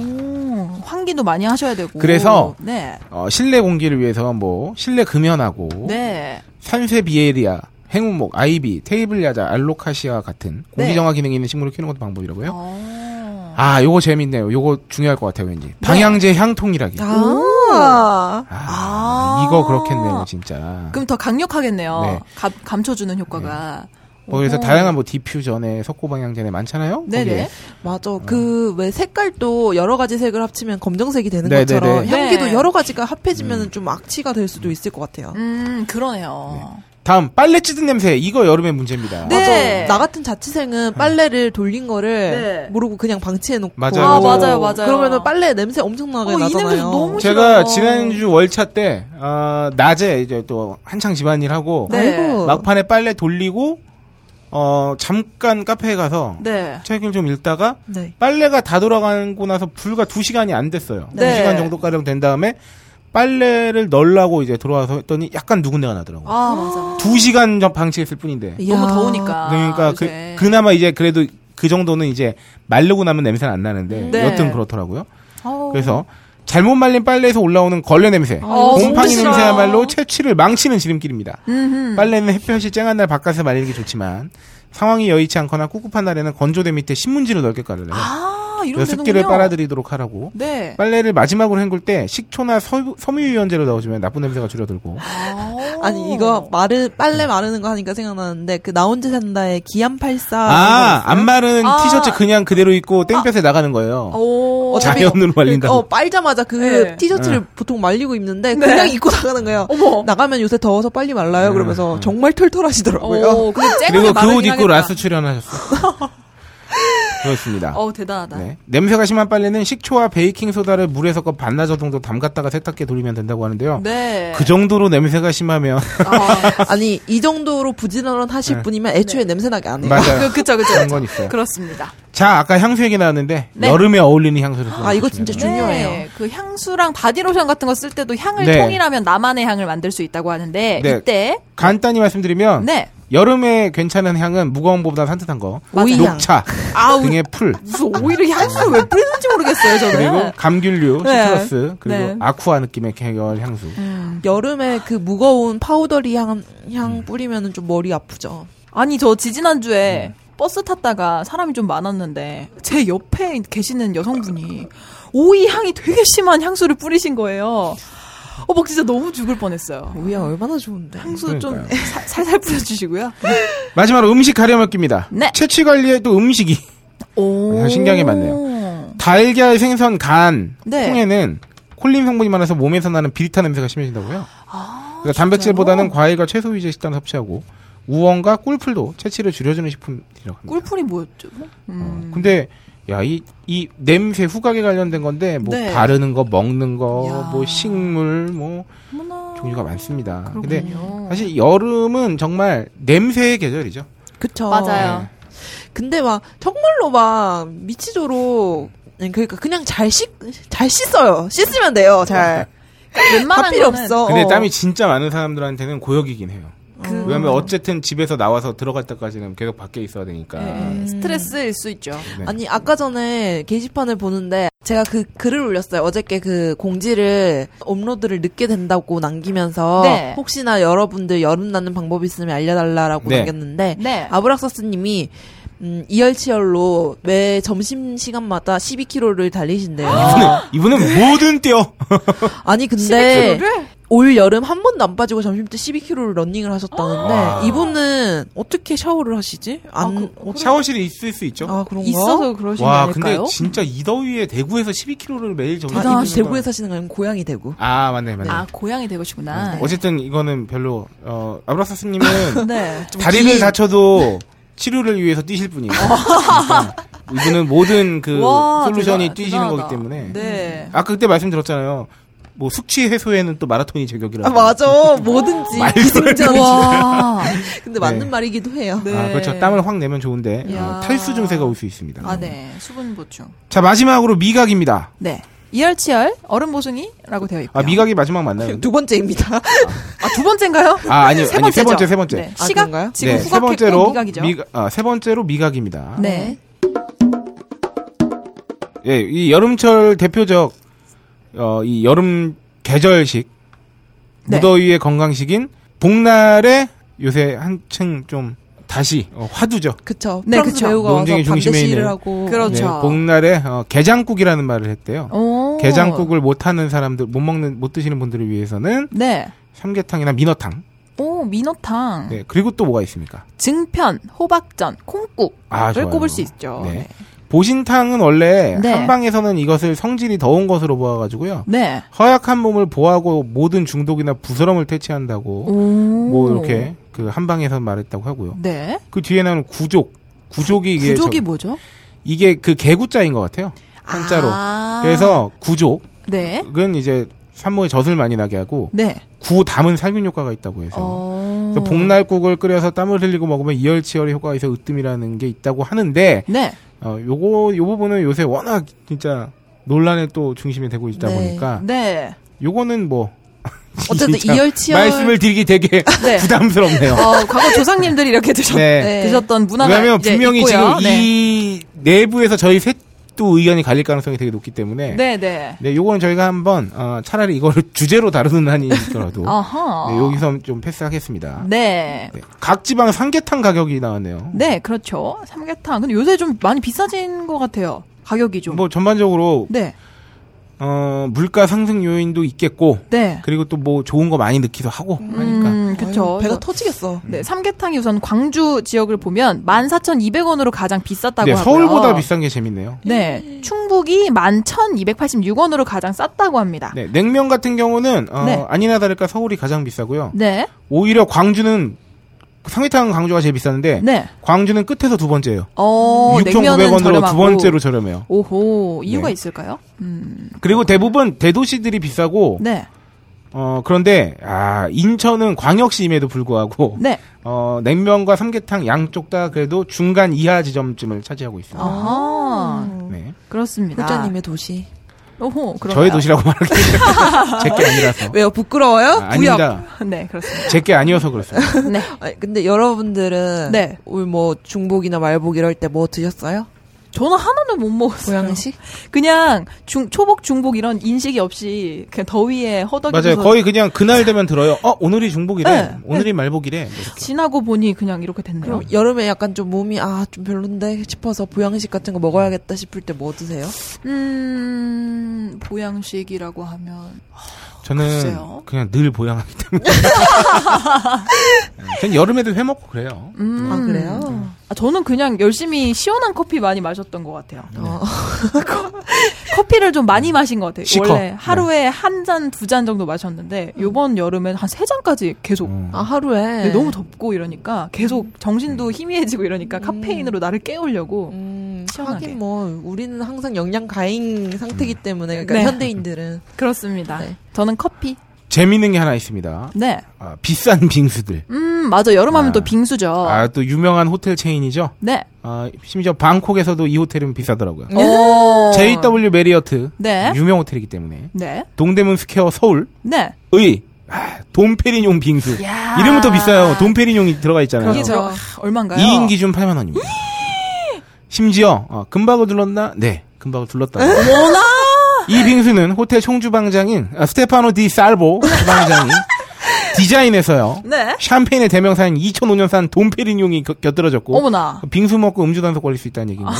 어, 환기도 많이 하셔야 되고. 그래서- 네. 어, 실내 공기를 위해서 뭐 실내 금연하고 네. 산세 비에리아 행운목, 아이비, 테이블 야자, 알로카시아 같은 공기 정화 기능이 있는 식물을 키우는 것도 방법이라고요. 네. 어. 네. 아, 요거 재밌네요. 요거 중요할 것 같아요, 왠지. 방향제 향통이라기. 아, 아. 이거 그렇겠네요, 진짜. 그럼 더 강력하겠네요. 네. 감, 감춰주는 효과가. 뭐 그래서 오. 다양한 뭐 디퓨전에 석고 방향제네 많잖아요. 네네. 거기에. 맞아. 음. 그 왜 색깔도 여러 가지 색을 합치면 검정색이 되는 네네네. 음. 것처럼 향기도 네. 여러 가지가 합해지면 좀 악취가 될 수도 있을 것 같아요. 음, 그러네요. 다음 빨래 찌든 냄새 이거 여름의 문제입니다. 네. 맞아. 나 같은 자취생은 빨래를 돌린 거를 네. 모르고 그냥 방치해 놓고 음. 맞아요, 아, 맞아요. 맞아요, 맞아요. 그러면은 빨래 냄새 엄청나게 어, 이 나잖아요. 냄새 너무 제가 싫어요. 지난주 월차 때 아, 낮에 이제 또 한창 집안일 하고 네. 아이고. 막판에 빨래 돌리고 어 잠깐 카페에 가서 네. 책을 좀 읽다가 네. 빨래가 다 돌아가고 나서 불과 두 시간이 안 됐어요. 네. 두 시간 정도 가량 된 다음에 빨래를 널라고 이제 들어와서 했더니 약간 누군데가 나더라고. 요 아, 맞아. 두 시간 전 방치했을 뿐인데. 너무 이야. 더우니까. 그러니까 요새. 그, 그나마 이제 그래도 그 정도는 이제 말르고 나면 냄새는 안 나는데 네. 여튼 그렇더라고요. 아우. 그래서 잘못 말린 빨래에서 올라오는 걸레 냄새, 너무 곰팡이 싫어요. 냄새야말로 채취를 망치는 지름길입니다. 음흠. 빨래는 햇볕이 쨍한 날 바깥에서 말리는 게 좋지만 상황이 여의치 않거나 꿉꿉한 날에는 건조대 밑에 신문지를 넓게 깔아요. 아, 이런 그래서 습기를 데는군요. 빨아들이도록 하라고. 네. 빨래를 마지막으로 헹굴 때 식초나 서, 섬유유연제를 넣어주면 나쁜 냄새가 줄어들고. 아우. 아니 이거 마르 빨래 마르는 거 하니까 생각나는데 그 나 혼자 산다의 기안팔사 아, 안 마른 아. 티셔츠 그냥 그대로 입고 땡볕에 나가는 거예요. 오. 어차피 아, 자연으로 말린다고. 어, 빨자마자 그 네. 티셔츠를 보통 말리고 입는데 그냥 입고 나가는 거예요. 어머. 나가면 요새 더워서 빨리 네. 말라요. 그러면서 정말 털털하시더라고요. 오, 근데 쨍하게 그리고 그 마르긴 옷 입고 하겠다. 라스 출연하셨어. 그렇습니다. 어, 대단하다. 네. 냄새가 심한 빨래는 식초와 베이킹 소다를 물에 섞어 반나절 정도 담갔다가 세탁기에 돌리면 된다고 하는데요. 네. 아, 그 정도로 냄새가 심하면 아니 이 정도로 네. 부지런하실 분이면 애초에 네. 냄새나게 안 해요. 맞아요. 그, 그쵸, 그쵸. 네. 그런 건 있어요. 그렇습니다. 자, 아까 향수 얘기 나왔는데 네. 여름에 어울리는 향수를 아 이거 진짜 요 중요해요. 네, 그 향수랑 바디로션 같은 거 쓸 때도 향을 네. 통일하면 나만의 향을 만들 수 있다고 하는데 네. 이때 간단히 말씀드리면 네. 여름에 괜찮은 향은 무거운 것보다 산뜻한 거, 오이향. 녹차 등의 풀, 무슨 오히려 아, 향수를 왜 뿌리는지 모르겠어요, 저는. 그리고 감귤류, 네. 시트러스, 그리고 네. 음. 아쿠아 느낌의 계열 향수. 여름에 그 무거운 파우더리 향, 향 뿌리면은 좀 머리 아프죠. 아니, 저 지지난주에 네. 버스 탔다가 사람이 좀 많았는데 제 옆에 계시는 여성분이 오이 향이 되게 심한 향수를 뿌리신 거예요. 어, 막 진짜 너무 죽을 뻔했어요. 오야 얼마나 좋은데. 향수 좀 그러니까요. 사- 살살 뿌려주시고요. 마지막으로 음식 가려 먹기입니다. 네. 채취 관리에 또 음식이 오. 어. 신경이 많네요. 달걀, 생선, 간, 네. 콩에는 콜린 성분이 많아서 몸에서 나는 비릿한 냄새가 심해진다고요. 그러니까 단백질보다는 과일과 채소 위주의 식단을 섭취하고 우엉과 꿀풀도 채취를 줄여주는 식품이라고 합니다. 뭐? 어, 꿀풀이 뭐였죠? 음. 근데 야, 이, 이 냄새 후각에 관련된 건데, 뭐, 네. 바르는 거, 먹는 거, 야. 뭐, 식물, 뭐, 어머나. 종류가 많습니다. 근데 그렇군요. 사실 여름은 정말 냄새의 계절이죠. 그쵸. 맞아요. 근데 막 정말로 막 미치도록 네, 그러니까 그냥 잘 씻, 잘 씻어요. 씻으면 돼요. 잘. 다 네. 웬만한 필요 네. 거는 없어. 근데 어. 땀이 진짜 많은 사람들한테는 고역이긴 해요. 그 왜냐면 어쨌든 집에서 나와서 들어갈 때까지는 계속 밖에 있어야 되니까. 예, 스트레스일 수 있죠. 네. 아니 아까 전에 게시판을 보는데 제가 그 글을 올렸어요. 어저께 그 공지를 업로드를 늦게 된다고 남기면서 네. 혹시나 여러분들 여름 나는 방법 있으면 알려달라라고 네. 남겼는데 네. 아브락서스님이 음, 이열치열로 매 점심 시간마다 12km를 달리신대요. 아, 이분은 네. 뭐든 뛰어. 아니 근데 올 여름 한 번도 안 빠지고 점심 때 12km를 러닝을 하셨다는데 이분은 어떻게 샤워를 하시지? 안 샤워실이 있을 수 있죠. 아, 그런가? 아, 그, 있어서 그러신 게 와, 아닐까요? 근데 진짜 이 더위에 대구에서 12km를 매일 정도. 아, 뛰는 이분 대구에 사람. 사시는 거 아니면 고향이 대구? 아, 맞네, 맞네. 아, 고향이 되고시구나. 어쨌든 이거는 별로 어, 아브라사스님은 네. 다리를 다쳐도 치료를 위해서 뛰실 분이에요. 그러니까 이분은 모든 그 와, 솔루션이 대단- 뛰시는 대단하다. 거기 때문에. 네. 아까 그때 말씀드렸잖아요. 뭐 숙취 해소에는 또 마라톤이 제격이라고. 아, 맞아. 뭐든지. 기승전. 와. 근데 맞는 네. 말이기도 해요. 네. 아, 그렇죠. 땀을 확 내면 좋은데 이야. 어, 탈수 증세가 올 수 있습니다. 아, 네. 수분 보충. 자 마지막으로 미각입니다. 네. 이열치열 얼음 보숭이라고 되어 있고요. 아 미각이 마지막 맞나요? 두 번째입니다. 아, 두 번째인가요? 아 아니요 세 아니, 세 번째죠. 번째 세 번째. 네. 아, 시각 그런가요? 지금 네, 세 후각했던 번째로 미각이죠. 미각- 아, 세 번째로 미각입니다. 네. 예, 이 여름철 대표적 어, 이 여름 계절식 네. 무더위의 건강식인 복날에 요새 한층 좀 다시 어, 화두죠. 그쵸. 네, 프랑스 그쵸. 배우가 와서 논쟁의 중심에 반대 시위를 있는. 하고. 그렇죠. 예, 복날에 어, 게장국이라는 말을 했대요. 오. 게장국을 못 하는 사람들, 못 먹는, 못 드시는 분들을 위해서는 네. 삼계탕이나 민어탕. 오, 민어탕. 네, 그리고 또 뭐가 있습니까? 증편, 호박전, 콩국을 아, 좋아요. 꼽을 수 있죠. 네. 네. 보신탕은 원래 네. 한방에서는 이것을 성질이 더운 것으로 보아가지고요. 네. 허약한 몸을 보호하고 모든 중독이나 부스럼을 퇴치한다고 오. 뭐 이렇게 그 한방에서 말했다고 하고요. 네. 그 뒤에 나오는 구족. 구족이 이게 부족이 저- 뭐죠? 이게 그 개구자인 것 같아요. 한자로. 아. 그래서 구족은 네. 이제 산모에 젖을 많이 나게 하고 네. 구 담은 살균 효과가 있다고 해서 어. 그래서 복날국을 끓여서 땀을 흘리고 먹으면 이열치열의 효과가 있어 으뜸이라는 게 있다고 하는데 네. 어, 요거 요 부분은 요새 워낙 진짜 논란의 또 중심이 되고 있다 네. 보니까 네. 요거는 뭐 어쨌든 진짜 이열치열- 말씀을 드리기 되게 네. 부담스럽네요. 어, 과거 조상님들이 이렇게 드셨, 네. 드셨던 문화가 왜냐하면 이제 분명히 있고요. 지금 네. 이 내부에서 저희 셋도 의견이 갈릴 가능성이 되게 높기 때문에 네, 네. 네, 요거는 저희가 한번 어, 차라리 이거를 주제로 다루는 한이 있더라도 아하. 네, 여기서 좀 패스하겠습니다. 네. 네. 각 지방 삼계탕 가격이 나왔네요. 네, 그렇죠. 삼계탕. 근데 요새 좀 많이 비싸진 것 같아요. 가격이 좀. 뭐 전반적으로 네. 어, 물가 상승 요인도 있겠고 네. 그리고 또 뭐 좋은 거 많이 넣기도 하고 하니까 음, 그쵸. 아유, 배가 터지겠어. 음. 네, 삼계탕이 우선 광주 지역을 보면 14,200원으로 가장 비쌌다고 네, 하고요. 서울보다 비싼 게 재밌네요. 예. 네, 충북이 11,286원으로 가장 쌌다고 합니다. 네, 냉면 같은 경우는 어, 네. 아니나 다를까 서울이 가장 비싸고요. 네. 오히려 광주는 삼계탕 광주가 제일 비쌌는데 네. 광주는 끝에서 두 번째예요. 어, 냉면은 6,900원으로 저렴하고. 두 번째로 저렴해요. 오호, 이유가 네. 있을까요? 음, 그리고 대부분 대도시들이 비싸고 네, 어 그런데 아 인천은 광역시임에도 불구하고 네. 어 냉면과 삼계탕 양쪽 다 그래도 중간 이하 지점쯤을 차지하고 아. 있습니다. 아, 아하, 네. 그렇습니다. 홀자님의 도시. 오호, 그렇 저의 도시라고 말하기 제게 아니라서. 왜요? 부끄러워요? 아, 구역. 아닙니다. 네, 그렇습니다. 제게 아니어서 그렇습니다. 네. 아니, 근데 여러분들은 네. 올 뭐 중복이나 말복 이럴 때 뭐 드셨어요? 저는 하나도 못 먹었어요. 보양식? 그냥 중, 초복, 중복 이런 인식이 없이 그냥 더위에 허덕이면서 맞아요. 거의 그냥 그날 되면 들어요. 어 오늘이 중복이래. 네. 오늘이 말복이래. 지나고 보니 그냥 이렇게 됐네요. 그럼 여름에 약간 좀 몸이 아 좀 별론데 싶어서 보양식 같은 거 먹어야겠다 싶을 때 뭐 드세요? 음, 보양식이라고 하면 저는 글쎄요. 그냥 늘 보양하기 때문에. 전 여름에도 회 먹고 그래요. 음. 아 그래요? 아, 저는 그냥 열심히 시원한 커피 많이 마셨던 것 같아요. 어. 네. 커피를 좀 많이 마신 것 같아요. 시커. 원래 하루에 한 잔 두 잔 정도 마셨는데 요번 여름엔 한 세 잔까지 계속 음. 아 하루에 근데 네, 너무 덥고 이러니까 계속 정신도 희미해지고 이러니까 카페인으로 나를 깨우려고 음, 시원하게. 하긴 뭐 우리는 항상 영양 가잉 음. 상태이기 때문에 그러니까 네. 현대인들은 그렇습니다. 네. 저는 커피. 재밌는 게 하나 있습니다. 네. 아, 비싼 빙수들. 음, 맞아. 여름하면 아. 또 빙수죠. 아 또 유명한 호텔 체인이죠. 네. 아, 심지어 방콕에서도 이 호텔은 비싸더라고요. 오. JW 메리어트 어. 네. 유명 호텔이기 때문에 네. 동대문 스퀘어 서울 네. 의 아, 돈페리뇽 빙수 야. 이름부터 비싸요. 돈페리뇽이 들어가 있잖아요. 그게 저 얼마인가요? 2인 그렇죠. 기준 8만 원입니다. 심지어 어, 금박을 둘렀나? 네, 금박을 둘렀다. 워낙 이 빙수는 호텔 총주방장인 아, 스테파노 디 살보 주방장이 디자인해서요. 네. 샴페인의 대명사인 2005년산 돈페리뇽이 겨- 곁들여졌고 어머나. 아. 빙수 먹고 음주 단속 걸릴 수 있다는 얘기입니다.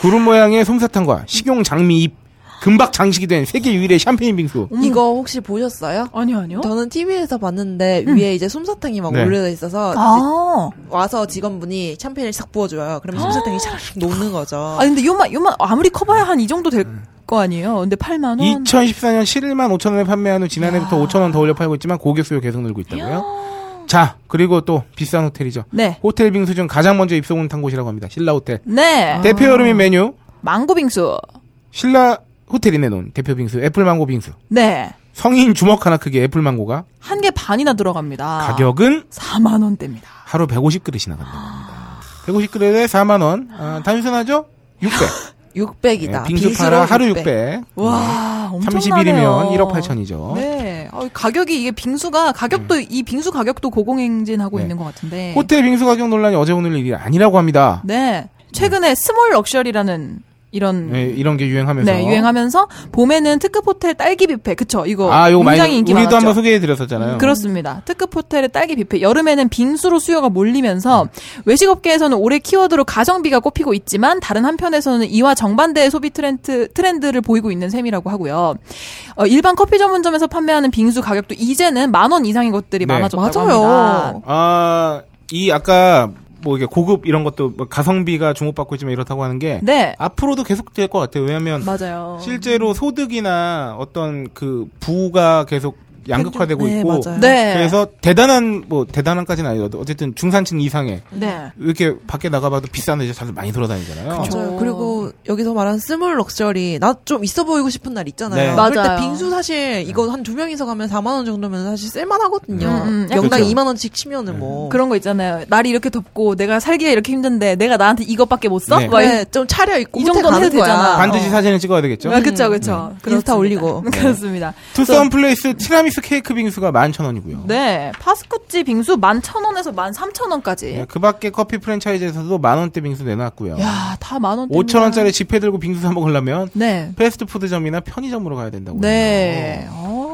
구름 모양의 솜사탕과 식용 장미잎 금박 장식이 된 세계 유일의 샴페인 빙수. 음. 이거 혹시 보셨어요? 아니요, 아니요. 저는 TV에서 봤는데 위에 이제 솜사탕이 막 네. 올려져 있어서 음. 아. 와서 직원분이 샴페인을 싹 부어줘요. 그럼 솜사탕이 샥 녹는 거죠. 아 근데 요만 요만 아무리 커봐야 한 이 정도 음. 될 거 아니에요. 근데 8만 원. 2014년 11만 5천 원에 판매한 후 지난해부터 5천 원 더 올려 팔고 있지만 고객 수요 계속 늘고 있다고요. 자, 그리고 또 비싼 호텔이죠. 네. 호텔 빙수 중 가장 먼저 입소문 탄 곳이라고 합니다. 신라 호텔. 네. 대표 여름인 메뉴 망고 빙수. 신라 호텔이 내놓은 대표 빙수 애플망고 빙수. 네. 성인 주먹 하나 크기 애플망고가 한 개 반이나 들어갑니다. 가격은 4만 원대입니다. 하루 150그릇이 나간다고 아. 합니다. 150그릇에 4만 원. 아, 단순하죠? 아, 600. 네, 600이다. 빙수 팔아 하루 600. 와, 엄청나네요. 30일이면 1억 8천이죠. 네. 어, 가격이 이게 빙수가 가격도 이 빙수 가격도 음. 고공행진하고 네. 있는 것 같은데. 호텔 빙수 가격 논란이 어제 오늘 일이 아니라고 합니다. 네. 최근에 스몰 럭셔리라는 이런 네, 이런 게 유행하면서. 네, 유행하면서 봄에는 특급 호텔 딸기 뷔페. 그쵸 이거 아, 요거 굉장히 많이 인기 우리도 많았죠. 한번 음. 소개해 드렸었잖아요. 그렇습니다. 특급 호텔의 딸기 뷔페. 여름에는 빙수로 수요가 몰리면서 외식업계에서는 올해 키워드로 가성비가 꼽히고 있지만 다른 한편에서는 이와 정반대의 소비 트렌드, 트렌드를 보이고 있는 셈이라고 하고요. 어, 일반 커피 전문점에서 판매하는 빙수 가격도 이제는 만 원 이상인 것들이 네. 많아졌다고 맞아요. 합니다. 아, 이 아까 뭐 이게 고급 이런 것도 뭐 가성비가 주목받고 있지만 이렇다고 하는 게 네. 앞으로도 계속 될 것 같아요. 왜냐면 맞아요. 실제로 소득이나 어떤 그 부가 계속 양극화되고 네, 있고 맞아요. 네. 그래서 대단한 뭐 대단한까지는 아니라도 어쨌든 중산층 이상에 네. 이렇게 밖에 나가봐도 비싼 데 다들 많이 돌아다니잖아요. 그쵸. 맞아요. 그리고 여기서 말한 스몰 럭셔리 나 좀 있어 보이고 싶은 날 있잖아요. 네. 맞아요. 그럴 때 빙수 사실 이거 한 두 명이서 가면 4만 원 정도면 사실 쓸만 하거든요. 음, 음, 영당 그렇죠. 2만 원씩 치면은 뭐 그런 거 있잖아요. 날이 이렇게 덥고 내가 살기가 이렇게 힘든데 내가 나한테 이것밖에 못 써? 네. 막 네, 좀 차려 입고 이 호텔 정도는 가는 해도 되잖아. 거야. 반드시 사진을 찍어야 되겠죠. 아, 그쵸, 그쵸. 음. 인스타 올리고. 네. 그렇습니다. 투썸 플레이스 티라미수 케이크 빙수가 11,000원이고요. 네. 파스쿠찌 빙수 11,000원에서 13,000원까지. 그 밖에 커피 프랜차이즈에서도 만원대 빙수 내놨고요. 예. 야, 다 만원. 5,000원짜리 지폐 들고 빙수 사 먹으려면 네. 패스트푸드점이나 편의점으로 가야 된다고. 네. 그러네요. 어.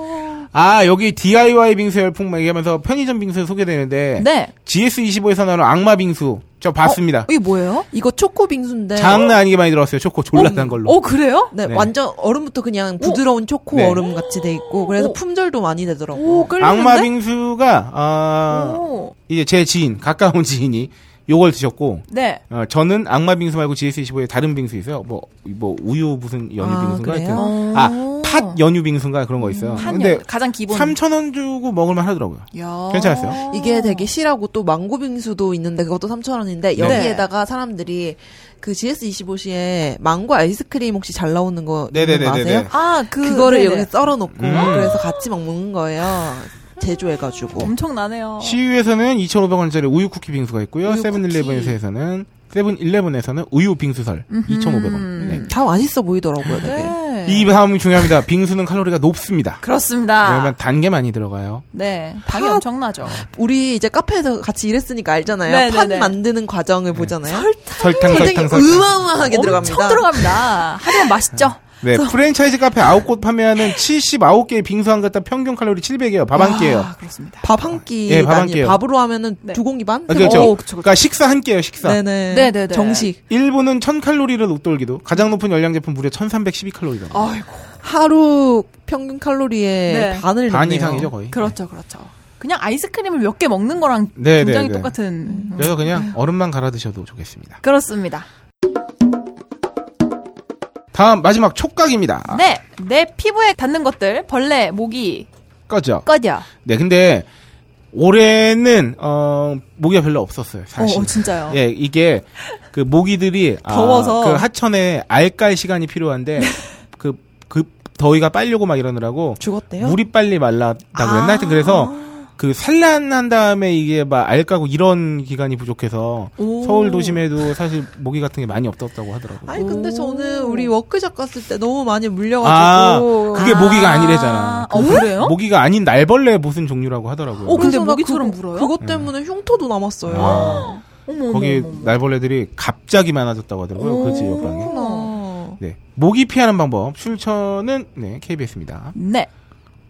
아, 여기 DIY 빙수 열풍 막 얘기하면서 편의점 빙수 소개되는데 네. 어, GS25에서 나오는 악마 빙수 저 봤습니다. 이게 뭐예요? 이거 초코 빙수인데 장난 아니게 많이 들어왔어요. 초코 졸라 단 걸로. 네. 어, 그래요? 네, 네. 완전 얼음부터 그냥 부드러운 초코 네. 얼음 같이 돼 있고 그래서 오. 품절도 많이 되더라고. 오, 요 끌리는데? 악마 빙수가 아 오. 이제 제 지인 가까운 지인이 요걸 드셨고 네. 어, 저는 악마 빙수 말고 GS25에 다른 빙수 있어요. 뭐 뭐 우유 무슨 연유 아, 빙수인가 그래요? 하여튼 아팥 연유 빙수인가 그런 거 있어요. 한 근데 가장 기본. 3,000원 주고 먹을 만 하더라고요. 야. 괜찮았어요. 이게 되게 실하고 또 망고 빙수도 있는데 그것도 3,000원인데 여기에다가 사람들이 그 GS25시에 망고 아이스크림 혹시 잘 나오는 거 네네네네네. 있는 거 아세요? 아, 그. 그거를 네네. 여기 썰어 놓고 음. 그래서 같이 막 먹는 거예요. 제조해 가지고. 엄청나네요. 시유에서는 2,500원짜리 우유 쿠키 빙수가 있고요. 우유 세븐일레븐에서는 세븐일레븐에서는 우유 빙수설 2,500원. 네. 다 맛있어 보이더라고요, 되게. 네. 이 다음이 중요합니다. 빙수는 칼로리가 높습니다. 그렇습니다. 왜냐면 단 게 많이 들어가요. 네. 당이 팥. 엄청나죠. 우리 이제 카페에서 같이 일했으니까 알잖아요. 팥 네네네. 만드는 과정을 보잖아요. 설탕, 설탕, 설탕. 음마음하게 들어갑니다. 엄청 들어갑니다. 하지만 맛있죠? 네, 프랜차이즈 카페 9곳 판매하는 79개의 빙수 한 그릇당 평균 칼로리 700이에요. 밥 한 끼예요. 아, 그렇습니다. 밥 한 끼. 예, 밥한 끼요. 밥으로 하면은 네. 두 공기 반? 아, 세 그렇죠. 공기? 그러니까 식사 한 끼예요, 식사. 어, 네네. 네네네. 정식. 일본은 1000칼로리를 웃돌기도 가장 높은 열량 제품 무려 1312칼로리가. 어. 아이고. 하루 평균 칼로리의 네. 반을 반 넣네요. 이상이죠, 거의. 그렇죠, 그렇죠. 그냥 아이스크림을 몇 개 먹는 거랑 네, 굉장히 네, 네. 똑같은. 그래서 그냥 얼음만 갈아 드셔도 좋겠습니다. 그렇습니다. 다음 마지막 촉각입니다. 네, 내 피부에 닿는 것들 벌레, 모기 꺼져. 꺼져. 어, 네, 근데 올해는 어 모기가 별로 없었어요. 사실. 어, 어, 진짜요. 예, 이게 그 모기들이 아, 더워서. 그 하천에 알깔 시간이 필요한데 그 그 더위가 빨려고 막 이러느라고 죽었대요? 물이 빨리 말랐다고 그랬나 하여튼 그래서 아. 그 산란한 다음에 이게 막 알까고 이런 기간이 부족해서 서울 도심에도 사실 모기 같은 게 많이 없었다고 하더라고요. 아니 근데 저는 우리 워크숍 갔을 때 너무 많이 아, 물려가지고 그게 모기가 아니래잖아. 어, 그래요? 모기가 아닌 날벌레 무슨 종류라고 하더라고요. 어, 근데 그래서 막 모기처럼 그거- 물어요? 그것 때문에 흉터도 남았어요. 음. 아. 어머, 거기 어머, 어머. 날벌레들이 갑자기 많아졌다고 하더라고요. 그 지역방에. 어. 그렇구나. 네. 모기 피하는 방법 출처는 네, KBS입니다. 네,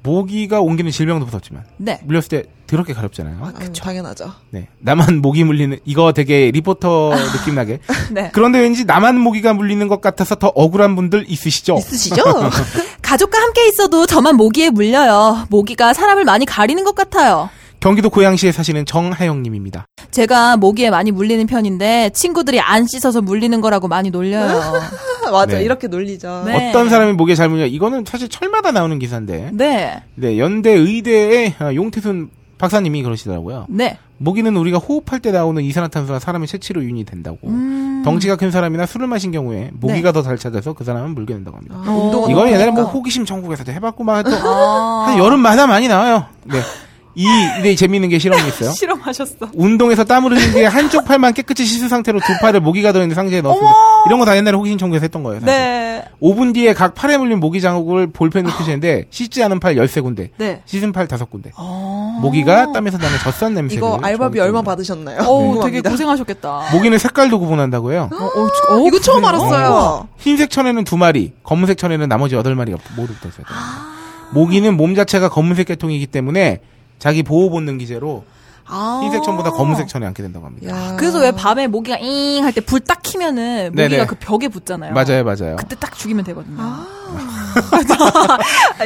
모기가 옮기는 질병도 무섭지만 네. 물렸을 때 더럽게 가렵잖아요. 음, 당연하죠. 네. 나만 모기 물리는 이거 되게 리포터 느낌 나게. 네. 그런데 왠지 나만 모기가 물리는 것 같아서 더 억울한 분들 있으시죠? 있으시죠? 가족과 함께 있어도 저만 모기에 물려요. 모기가 사람을 많이 가리는 것 같아요. 경기도 고양시에 사시는 정하영 님입니다. 제가 모기에 많이 물리는 편인데 친구들이 안 씻어서 물리는 거라고 많이 놀려요. 맞아, 네. 이렇게 놀리죠. 네. 어떤 사람이 모기에 잘 물려? 이거는 사실 철마다 나오는 기사인데. 네, 네, 연대 의대의 아, 용태순 박사님이 그러시더라고요. 네. 모기는 우리가 호흡할 때 나오는 이산화탄소가 사람의 체취로 유인이 된다고. 음. 덩치가 큰 사람이나 술을 마신 경우에 네. 모기가 더 잘 찾아서 그 사람은 물게 된다고 합니다. 이건 운동은 못하니까. 옛날에 뭐 호기심 전국에서도 해봤고 막 해도 아. 한 여름마다 많이 나와요. 네. 이, 근데 재미있는 게 실험이 있어요. 실험하셨어. 운동에서 땀 흘린 뒤에 한쪽 팔만 깨끗이 씻은 상태로 두 팔을 모기가 들어있는 상자에 넣었습니다. 이런 거 다 옛날에 호기심 전국에서 했던 거예요. 사실. 네, 5분 뒤에 각 팔에 물린 모기 자국을 볼펜으로 표시했는데 씻지 않은 팔 13군데, 네. 씻은 팔 5군데. 모기가 땀에서 나는 젖산 냄새를 이거 알바비 정확히 얼마 맡아요. 받으셨나요? 어, 되게 궁금합니다. 고생하셨겠다. 어, 모기는 색깔도 구분한다고 해요. 이거 처음 알았어요. 흰색 천에는 두 마리, 검은색 천에는 나머지 여덟 마리가 모두 붙어 있어요. 모기는 몸 자체가 검은색 계통이기 때문에 자기 보호 본능 기제로 아. 흰색 천보다 검은색 천에 앉게 된다고 합니다. 야. 그래서 왜 밤에 모기가 잉 할 때 불 딱 키면은 모기가 네네. 그 벽에 붙잖아요. 맞아요, 맞아요. 그때 딱 죽이면 되거든요. 아,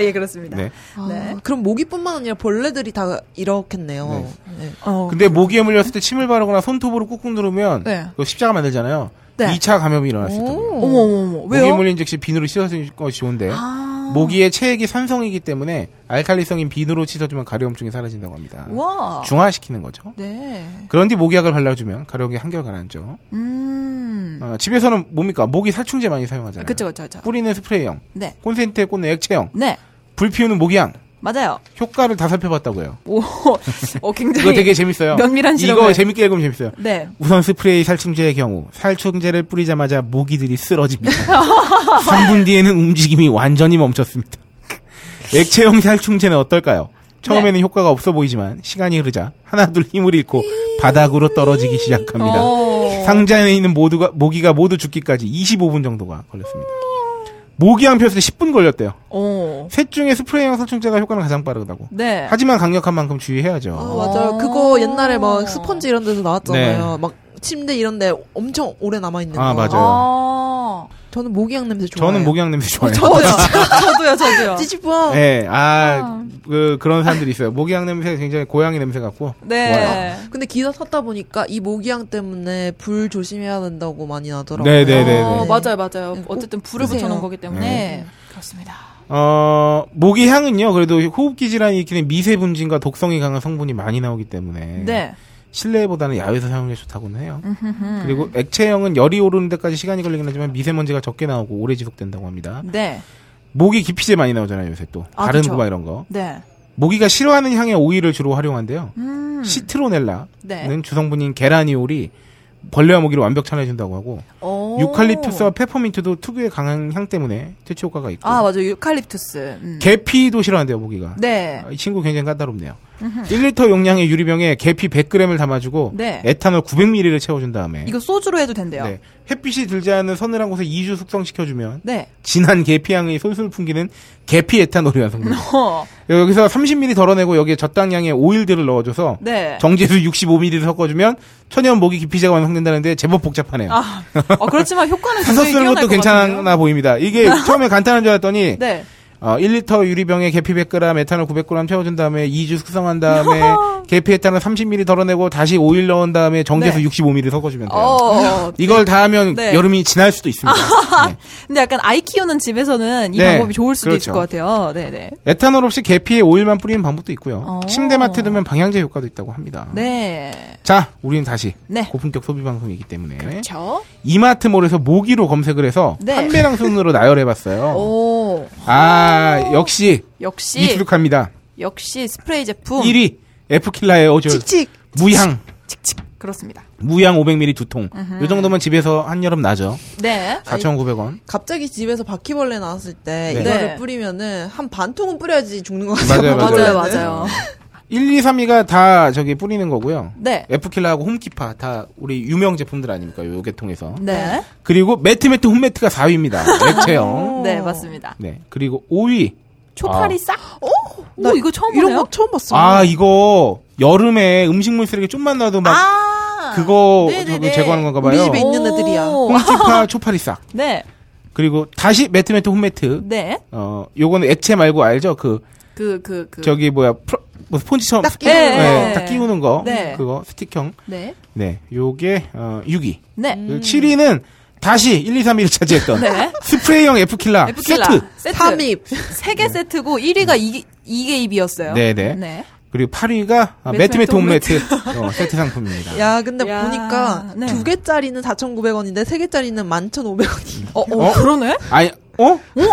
예, 그렇습니다. 네. 네. 그럼 모기뿐만 아니라 벌레들이 다 이렇겠네요. 네. 네. 어, 근데 모기에 물렸을 때 침을 바르거나 손톱으로 꾹꾹 누르면 네. 그 십자가 만들잖아요. 네. 2차 감염이 일어날 수 있다고. 오. 어머, 어머, 어머. 모기에 왜요? 아. 물린 즉시 비누로 씻어주는 것이 좋은데 모기의 체액이 산성이기 때문에 알칼리성인 비누로 씻어주면 가려움증이 사라진다고 합니다. 와. 중화시키는 거죠. 네. 그런 뒤 모기약을 발라주면 가려움이 한결 가라앉죠. 음. 어, 집에서는 뭡니까? 모기 살충제 많이 사용하잖아요. 그쵸, 그쵸, 그쵸. 뿌리는 스프레이형, 네. 콘센트에 꽂는 액체형, 네. 불 피우는 모기향 맞아요. 효과를 다 살펴봤다고요. 오, 어, 굉장히. 이거 되게 재밌어요. 면밀한 이거 실험을. 재밌게 읽으면 재밌어요. 네. 우선 스프레이 살충제의 경우 살충제를 뿌리자마자 모기들이 쓰러집니다. 3분 뒤에는 움직임이 완전히 멈췄습니다. 액체형 살충제는 어떨까요? 처음에는 네. 효과가 없어 보이지만 시간이 흐르자 하나둘 힘을 잃고 바닥으로 떨어지기 시작합니다. 어. 상자 안에 있는 모두가 모기가 모두 죽기까지 25분 정도가 걸렸습니다. 모기향 폈을 때 10분 걸렸대요. 어. 셋 중에 스프레이형 살충제가 효과는 가장 빠르다고. 네. 어, 하지만 강력한 만큼 아, 주의해야죠. 맞아요. 그거 옛날에 막 스펀지 이런 데서 나왔잖아요. 네. 막 침대 이런 데 엄청 오래 남아 있는 아, 거. 맞아요. 아. 저는 모기향 냄새 좋아해요. 저는 모기향 냄새 좋아해요. 저도요. 저도요, 어, 저도요. 찌찌뿌. 예, 아, 그, 그런 사람들이 있어요. 모기향 냄새 굉장히 고양이 냄새 같고. 좋아요. 네. 근데 기사 탔다 보니까 이 모기향 때문에 불 조심해야 된다고 많이 나더라고요. 네, 네, 네. 어, 네. 맞아요, 맞아요. 어쨌든 불을 보세요. 붙여놓은 거기 때문에. 그렇습니다. 어, 모기향은요, 그래도 호흡기 질환이 있기는 미세분진과 독성이 강한 성분이 많이 나오기 때문에. 네. 실내보다는 야외에서 사용하는 게 좋다고는 해요. 그리고 액체형은 열이 오르는 데까지 시간이 걸리긴 하지만 미세먼지가 적게 나오고 오래 지속된다고 합니다. 네. 모기 기피제 많이 나오잖아요, 요새 또. 아, 다른 그쵸. 고바 이런 거. 네. 모기가 싫어하는 향의 오일을 주로 활용한대요. 음. 시트로넬라는 네. 주성분인 게라니올이 벌레와 모기를 완벽 차단해준다고 하고 오. 유칼립투스와 페퍼민트도 특유의 강한 향 때문에 퇴치 효과가 있고 아, 맞아요. 유칼립투스. 음. 계피도 싫어한대요, 모기가. 네. 아, 이 친구 굉장히 까다롭네요. 1리터 용량의 유리병에 계피 100g을 담아주고 네. 에탄올 900ml를 채워준 다음에 이거 소주로 해도 된대요. 네. 햇빛이 들지 않은 서늘한 곳에 2주 숙성시켜주면 네. 진한 계피향이 솔솔 풍기는 계피 에탄올이 완성돼요. 어. 여기서 30ml 덜어내고 여기에 적당량의 오일들을 넣어줘서 네. 정제수 65ml 섞어주면 천연 모기 기피제가 완성된다는데 제법 복잡하네요. 아, 어, 그렇지만 효과는 사서 굉장히 쓰는 뛰어날 것도 것 같은데요? 괜찮아 보입니다. 이게 처음에 간단한 줄 알았더니 네. 어, 1리터 유리병에 계피 100g, 에탄올 900g 채워준 다음에 2주 숙성한 다음에 계피 에탄올 30ml 덜어내고 다시 오일 넣은 다음에 정제수 네. 65ml 섞어주면 돼요. 어, 이걸 다 하면 네. 여름이 지날 수도 있습니다. 네. 근데 약간 아이 키우는 집에서는 이 네, 방법이 좋을 수도 그렇죠. 있을 것 같아요. 네네. 에탄올 없이 계피에 오일만 뿌리는 방법도 있고요. 어. 침대맡에 두면 방향제 효과도 있다고 합니다. 네. 자, 우리는 다시 네. 고품격 소비 방송이기 때문에 그렇죠. 이마트몰에서 모기로 검색을 해서 네. 판매량 순으로 나열해봤어요. 오, 아, 역시 역시, 익숙합니다. 역시 스프레이 제품. 1위 에프킬라의 어절 칙칙. 무향 칙칙. 그렇습니다. 무향 500ml 두 통. 이 정도면 집에서 한여름 나죠. 네. 4,900원. 갑자기 집에서 바퀴벌레 나왔을 때 네. 이거를 네. 뿌리면은 한 반 통은 뿌려야지 죽는 것 맞아요, 네. 같아요. 맞아요, 맞아요. 맞아요. 1, 2, 3위가 다 저기 뿌리는 거고요. 네. 에프킬라하고 홈키파 다 우리 유명 제품들 아닙니까? 요 계통에서. 네. 그리고 매트 매트 홈매트가 4위입니다. 액체형. 네, 맞습니다. 네. 그리고 5위. 초파리 아. 싹. 나 오, 이거 처음 이런 보네요. 거 처음 봤어. 아, 이거 여름에 음식물 쓰레기 좀만 놔도 막 아. 그거 네네네. 저기 제거하는 건가 우리 봐요. 집에 있는 애들이야. 오. 홈키파 초파리싹. 네. 그리고 다시 매트 매트 홈매트. 네. 어, 요거는 액체 말고 알죠? 그 그, 그, 그. 저기 뭐야? 프로, 뭐 스폰지처럼 딱 스- 끼우는 네, 거. 딱 끼우는 거. 네. 그거 스틱형. 네. 네. 요게 어 6위. 네. 7위는 다시 1, 2, 3, 1을 차지했던 네. 스프레이형 에프킬라 에프킬라. 아, 세트. 네. 세트. 탐입. 세 개 세트고 1위가 이, 이게 입이었어요. 네네. 네. 그리고 8위가 아, 매트 매트, 매트, 매트 홈매트 어, 세트 상품입니다. 야, 근데 야, 보니까 네. 두 개짜리는 4,900원인데 세 개짜리는 11,500원이. 어, 어, 어? 그러네? 아니, 어? 왜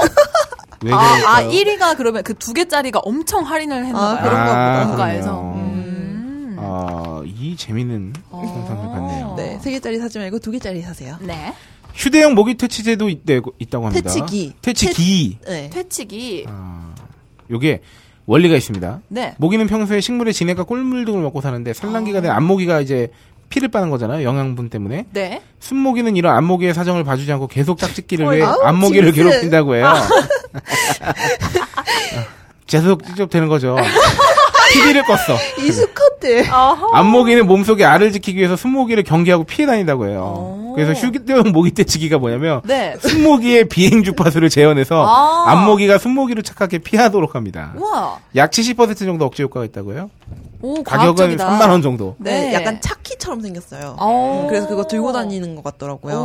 아, 그럴까요? 아, 1위가 그러면 그 두 개짜리가 엄청 할인을 했나 아, 봐요. 그런 거 아, 보다. 원가에서. 그러네요. 음. 어, 이 재밌는 영상을 봤네요. 네, 세 개짜리 사지 말고 두 개짜리 사세요. 네. 휴대용 모기 퇴치제도 있, 다고 합니다. 퇴치기. 퇴치기. 네. 퇴치기. 아. 요게 원리가 있습니다. 네. 모기는 평소에 식물의 진액과 꿀물 등을 먹고 사는데 산란기가 된 암모기가 이제 피를 빠는 거잖아요. 영양분 때문에. 네. 순모기는 이런 암모기의 사정을 봐주지 않고 계속 짝짓기를 위해 아우, 암모기를 징스. 괴롭힌다고 해요. 아. 계속 찝찝되는 거죠. TV를 껐어. 이 스커트. 암모기는 몸속에 알을 지키기 위해서 순모기를 경계하고 피해 다닌다고 해요. 오. 그래서 휴대용 모기 떼치기가 뭐냐면 네. 순모기의 비행 주파수를 재현해서 아. 암모기가 순모기를 착하게 피하도록 합니다. 우와. 약 70% 정도 억제 효과가 있다고 해요. 오, 가격은 과학적이다. 3만 원 정도. 네. 네. 약간 차키처럼 생겼어요. 어. 음, 그래서 그거 들고 다니는 것 같더라고요. 음.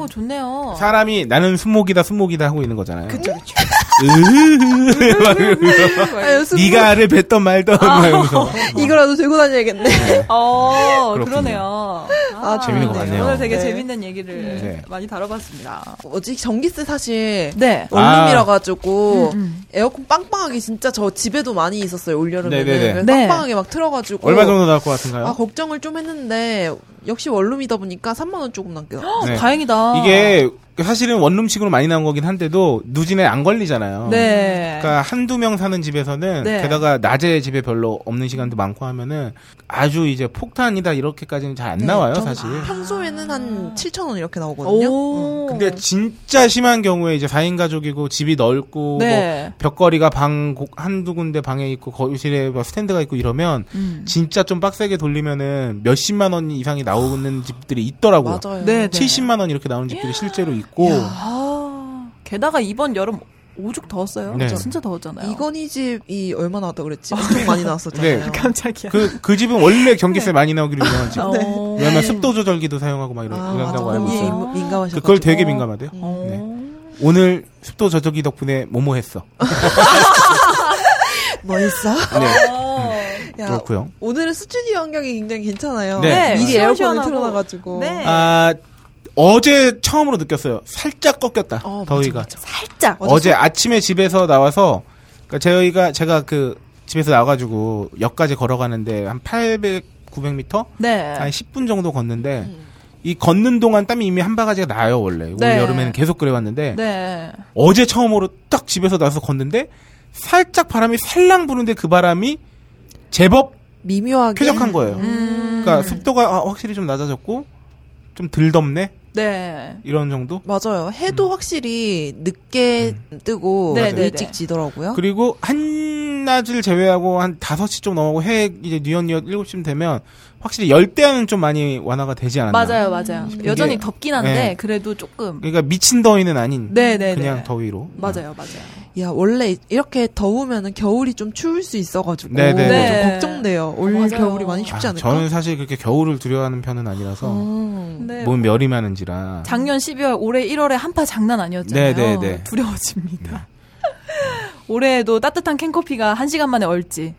오, 좋네요. 사람이 나는 순모기다 순모기다 하고 있는 거잖아요. 어. 그쵸, 그쵸. 으흐흐 막 이러면서 아유, 순모- 네가 알을 뱉던 말던 막 아, 이러면서 이거라도 들고 다녀야겠네. 어, 그렇군요. 그러네요. 아, 재밌는 것 그러네요. 같네요. 오늘 되게 네. 재밌는 얘기를 네. 많이 다뤄봤습니다. 뭐지? 전기세 사실 네. 아. 원룸이라 가지고 음, 음. 에어컨 빵빵하게 진짜 저 집에도 많이 있었어요 올 여름에는 네네네. 그래서 네. 빵빵하게 막 틀어가지고 얼마 정도 나올 것 같은가요? 아 걱정을 좀 했는데 역시 원룸이다 보니까 3만 원 조금 넘게 나왔어요. 네. 다행이다. 이게 사실은 원룸식으로 많이 나온 거긴 한데도 누진에 안 걸리잖아요. 네. 그러니까 한두 명 사는 집에서는 네. 게다가 낮에 집에 별로 없는 시간도 많고 하면은 아주 이제 폭탄이다 이렇게까지는 잘 안 네, 나와요 저는 사실. 평소에는 한 7천 원 이렇게 나오거든요. 아. 오. 근데 진짜 심한 경우에 이제 4인 가족이고 집이 넓고 네. 뭐 벽걸이가 방 곡- 한두 군데 방에 있고 거실에 막 스탠드가 있고 이러면 음. 진짜 좀 빡세게 돌리면은 몇십만 원 이상이 나오는 집들이 있더라고요. 맞아요. 네, 네. 70만 원 이렇게 나오는 집들이 실제로 있고 아, 게다가 이번 여름 오죽 더웠어요. 네. 진짜 더웠잖아요. 이건희 집이 얼마 나왔다 그랬지? 엄청 많이 나왔었잖아요. 네. 깜짝이야. 그 그 집은 원래 경기세 많이 나오기로 유명한 집. 네. 어. 왜냐면 습도 조절기도 사용하고 막 이런 아, 이런다고 맞아. 알고 예. 어. 거기에 있어요. 민- 민감하셔가지고. 그걸 되게 민감하대요. 네. 오늘 습도 조절기 덕분에 뭐뭐 했어. 뭐 했어? 네. 야, 그렇고요. 오늘은 스튜디오 환경이 굉장히 괜찮아요. 네. 미리 에어컨을 시원시원하고. 틀어놔가지고. 네. 아 어제 처음으로 느꼈어요. 살짝 꺾였다. 어, 맞아, 더위가. 맞아. 살짝. 어제 아침에 집에서 나와서 그러니까 저희가 제가 그 집에서 나와가지고 역까지 걸어가는데 한 800, 900m 네. 한 10분 정도 걷는데 이 걷는 동안 땀이 이미 한 바가지가 나요 원래 올 네. 여름에는 계속 그래왔는데 네. 어제 처음으로 딱 집에서 나와서 걷는데 살짝 바람이 살랑 부는데 그 바람이 제법 미묘하게. 쾌적한 거예요. 음. 그러니까 습도가 아, 확실히 좀 낮아졌고 좀 덜 덥네 네. 이런 정도. 맞아요. 음. 해도 확실히 늦게 뜨고 네, 네, 일찍 네. 지더라고요. 그리고 한 한낮을 제외하고 한 5시 좀 넘어가고 해 이제 뉘엿뉘엿 7시쯤 되면 확실히 열대야는 좀 많이 완화가 되지 않았나. 맞아요, 맞아요. 음. 이게- 여전히 덥긴 한데 네. 그래도 조금. 그러니까 미친 더위는 아닌 네, 네, 그냥 네. 더위로. 음. 맞아요, 맞아요. 야 원래 이렇게 더우면은 겨울이 좀 추울 수 있어가지고 네, 네, 네. 좀 걱정돼요. 올 맞아요. 겨울이 많이 아, 춥지 않을까? 저는 사실 그렇게 겨울을 두려워하는 편은 아니라서 어, 음. 근데 몸 멸이 많은지라. 작년 12월, 올해 1월에 한파 장난 아니었잖아요. 네, 네, 네. 두려워집니다. 올해에도 따뜻한 캔커피가 한 시간 만에 얼지.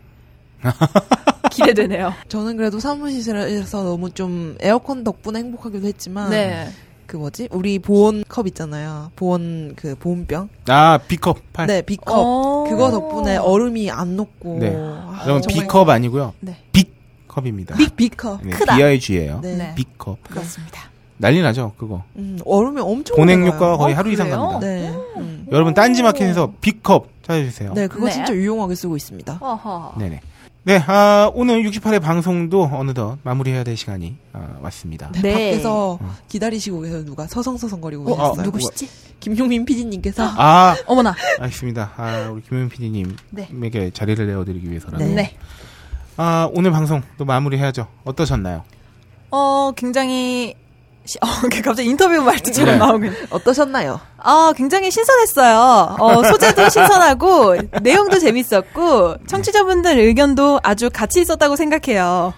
기대되네요. 저는 그래도 사무실에서 너무 좀 에어컨 덕분에 행복하기도 했지만 네. 그 뭐지 우리 보온 컵 있잖아요. 보온 그 보온병. 아 비컵 팔. 네 비컵. 어. 그거 덕분에 얼음이 안 녹고. 네. 아, 여러분 정말 비컵 아니고요. 네. 빅컵입니다. 빅 비컵. 네, 크다. BIG예요. 네. 네. 빅컵. 그렇습니다. 난리 나죠, 그거. 음, 얼음이 엄청. 보냉 녹아요. 효과가 거의 어, 하루 이상 그래요? 갑니다. 네. 음. 여러분 딴지 마켓에서 빅컵 찾아주세요. 네 그거 네. 진짜 유용하게 쓰고 있습니다. 어허. 네네. 네, 아, 오늘 68회 방송도 어느덧 마무리해야 될 시간이 아, 왔습니다. 네. 밖에서 기다리시고 계세요. 누가 서성서성거리고 어, 아, 계셨어요. 누구- 누구시지? 김용민 PD님께서 아, 어머나. 알겠습니다. 아, 우리 김현 PD님에게 네. 자리를 내어드리기 위해서라도. 네. 아, 오늘 방송 또 마무리해야죠. 어떠셨나요? 어, 굉장히 시- 어, 갑자기 인터뷰 말투처럼 네. 나오긴. 어떠셨나요? 아, 굉장히 신선했어요. 어, 소재도 신선하고 내용도 재밌었고 청취자분들 의견도 아주 가치 있었다고 생각해요.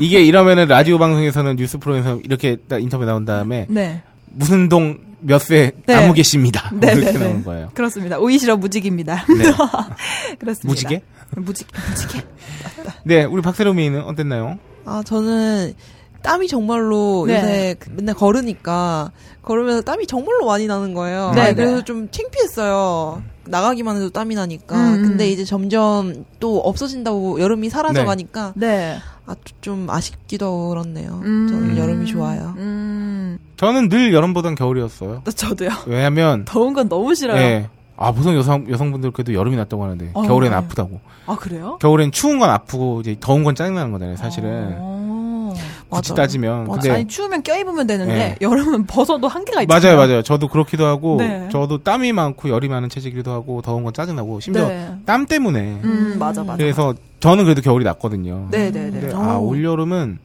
이게 이러면은 라디오 방송에서는 뉴스 프로에서 이렇게 딱 인터뷰 나온 다음에 네. 무슨 동 몇세 네. 나무 계십니다. 네, 이렇게 네, 네. 나온 거예요. 네. 그렇습니다. 오이시러 무직입니다. 그렇습니다. 무지개? 무직 무지개. 네, 우리 박세롬이는 어땠나요? 아 저는 땀이 정말로 네. 요새 그- 맨날 걸으니까 걸으면서 땀이 정말로 많이 나는 거예요. 네, 아, 그래서 네. 좀 창피했어요. 나가기만 해도 땀이 나니까. 음, 음. 근데 이제 점점 또 없어진다고 여름이 사라져 네. 가니까 네. 아, 좀 아쉽기도 하고 그렇네요. 음. 저는 여름이 좋아요. 음. 저는 늘 여름보단 겨울이었어요. 또 저도요. 왜냐면, 더운 건 너무 싫어요. 예. 아, 보통 여성, 여성분들 그래도 여름이 낫다고 하는데, 어, 겨울엔 네. 아프다고. 아, 그래요? 겨울엔 추운 건 아프고, 이제 더운 건 짜증나는 거잖아요, 사실은. 어. 뭐 굳이 맞아요. 따지면. 근데 아니, 추우면 껴입으면 되는데 네. 여름은 벗어도 한계가 맞아요, 있잖아요. 맞아요. 저도 그렇기도 하고, 네. 저도 땀이 많고 열이 많은 체질이기도 하고, 더운 건 짜증나고, 심지어 네. 땀 때문에. 음, 맞아, 맞아. 그래서 저는 그래도 겨울이 낫거든요. 네, 네, 네. 근데 아, 올 여름은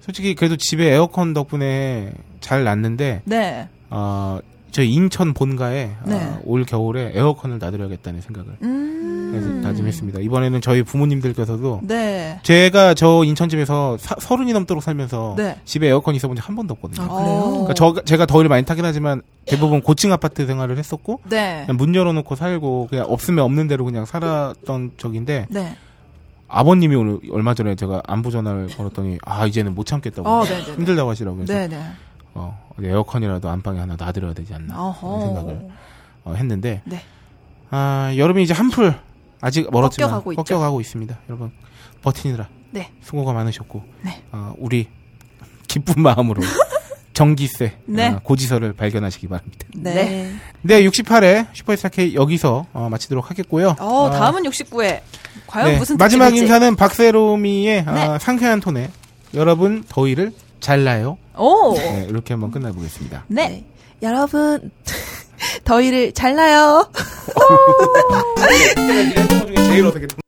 솔직히 그래도 집에 에어컨 덕분에 잘 났는데, 네. 아, 저 인천 본가에 아, 네. 올 겨울에 에어컨을 놔드려야겠다는 생각을 음. 그래서 다짐했습니다. 이번에는 저희 부모님들께서도 네. 제가 저 인천집에서 사- 서른이 넘도록 살면서 네. 아. 집에 에어컨 있어본 적 한 번도 없거든요. 어, 그래요? 그러니까 저, 제가 더위를 많이 타긴 하지만 대부분 고층 아파트 생활을 했었고 네. 그냥 문 열어놓고 살고 그냥 없으면 없는 대로 그냥 살았던 적인데 네. 아버님이 오늘 얼마 전에 제가 안부 전화를 걸었더니 아 이제는 못 참겠다고 어, 네네네. 힘들다고 하시라고 해서 네, 네. 어, 에어컨이라도 안방에 하나 놔드려야 되지 않나 어허. 그런 생각을 어, 했는데 네. 아 여름이 이제 한풀 아직 멀었지만 꺾여가고 있죠. 꺾여가고 있습니다. 여러분 버티느라 네. 수고가 많으셨고 네. 아, 우리 기쁜 마음으로 전기세 네. 아, 고지서를 발견하시기 바랍니다. 네. 네, 68회 슈퍼스타 K 여기서 어, 마치도록 하겠고요. 어, 아, 다음은 69회. 과연 네, 무슨 마지막 특집일지. 네. 인사는 박세롬이의 아, 상쾌한 톤에 여러분 더위를 잘라요. 오. 네, 이렇게 한번 끝나보겠습니다. 네. 여러분 더위를 잘 나요. 제일 어색했던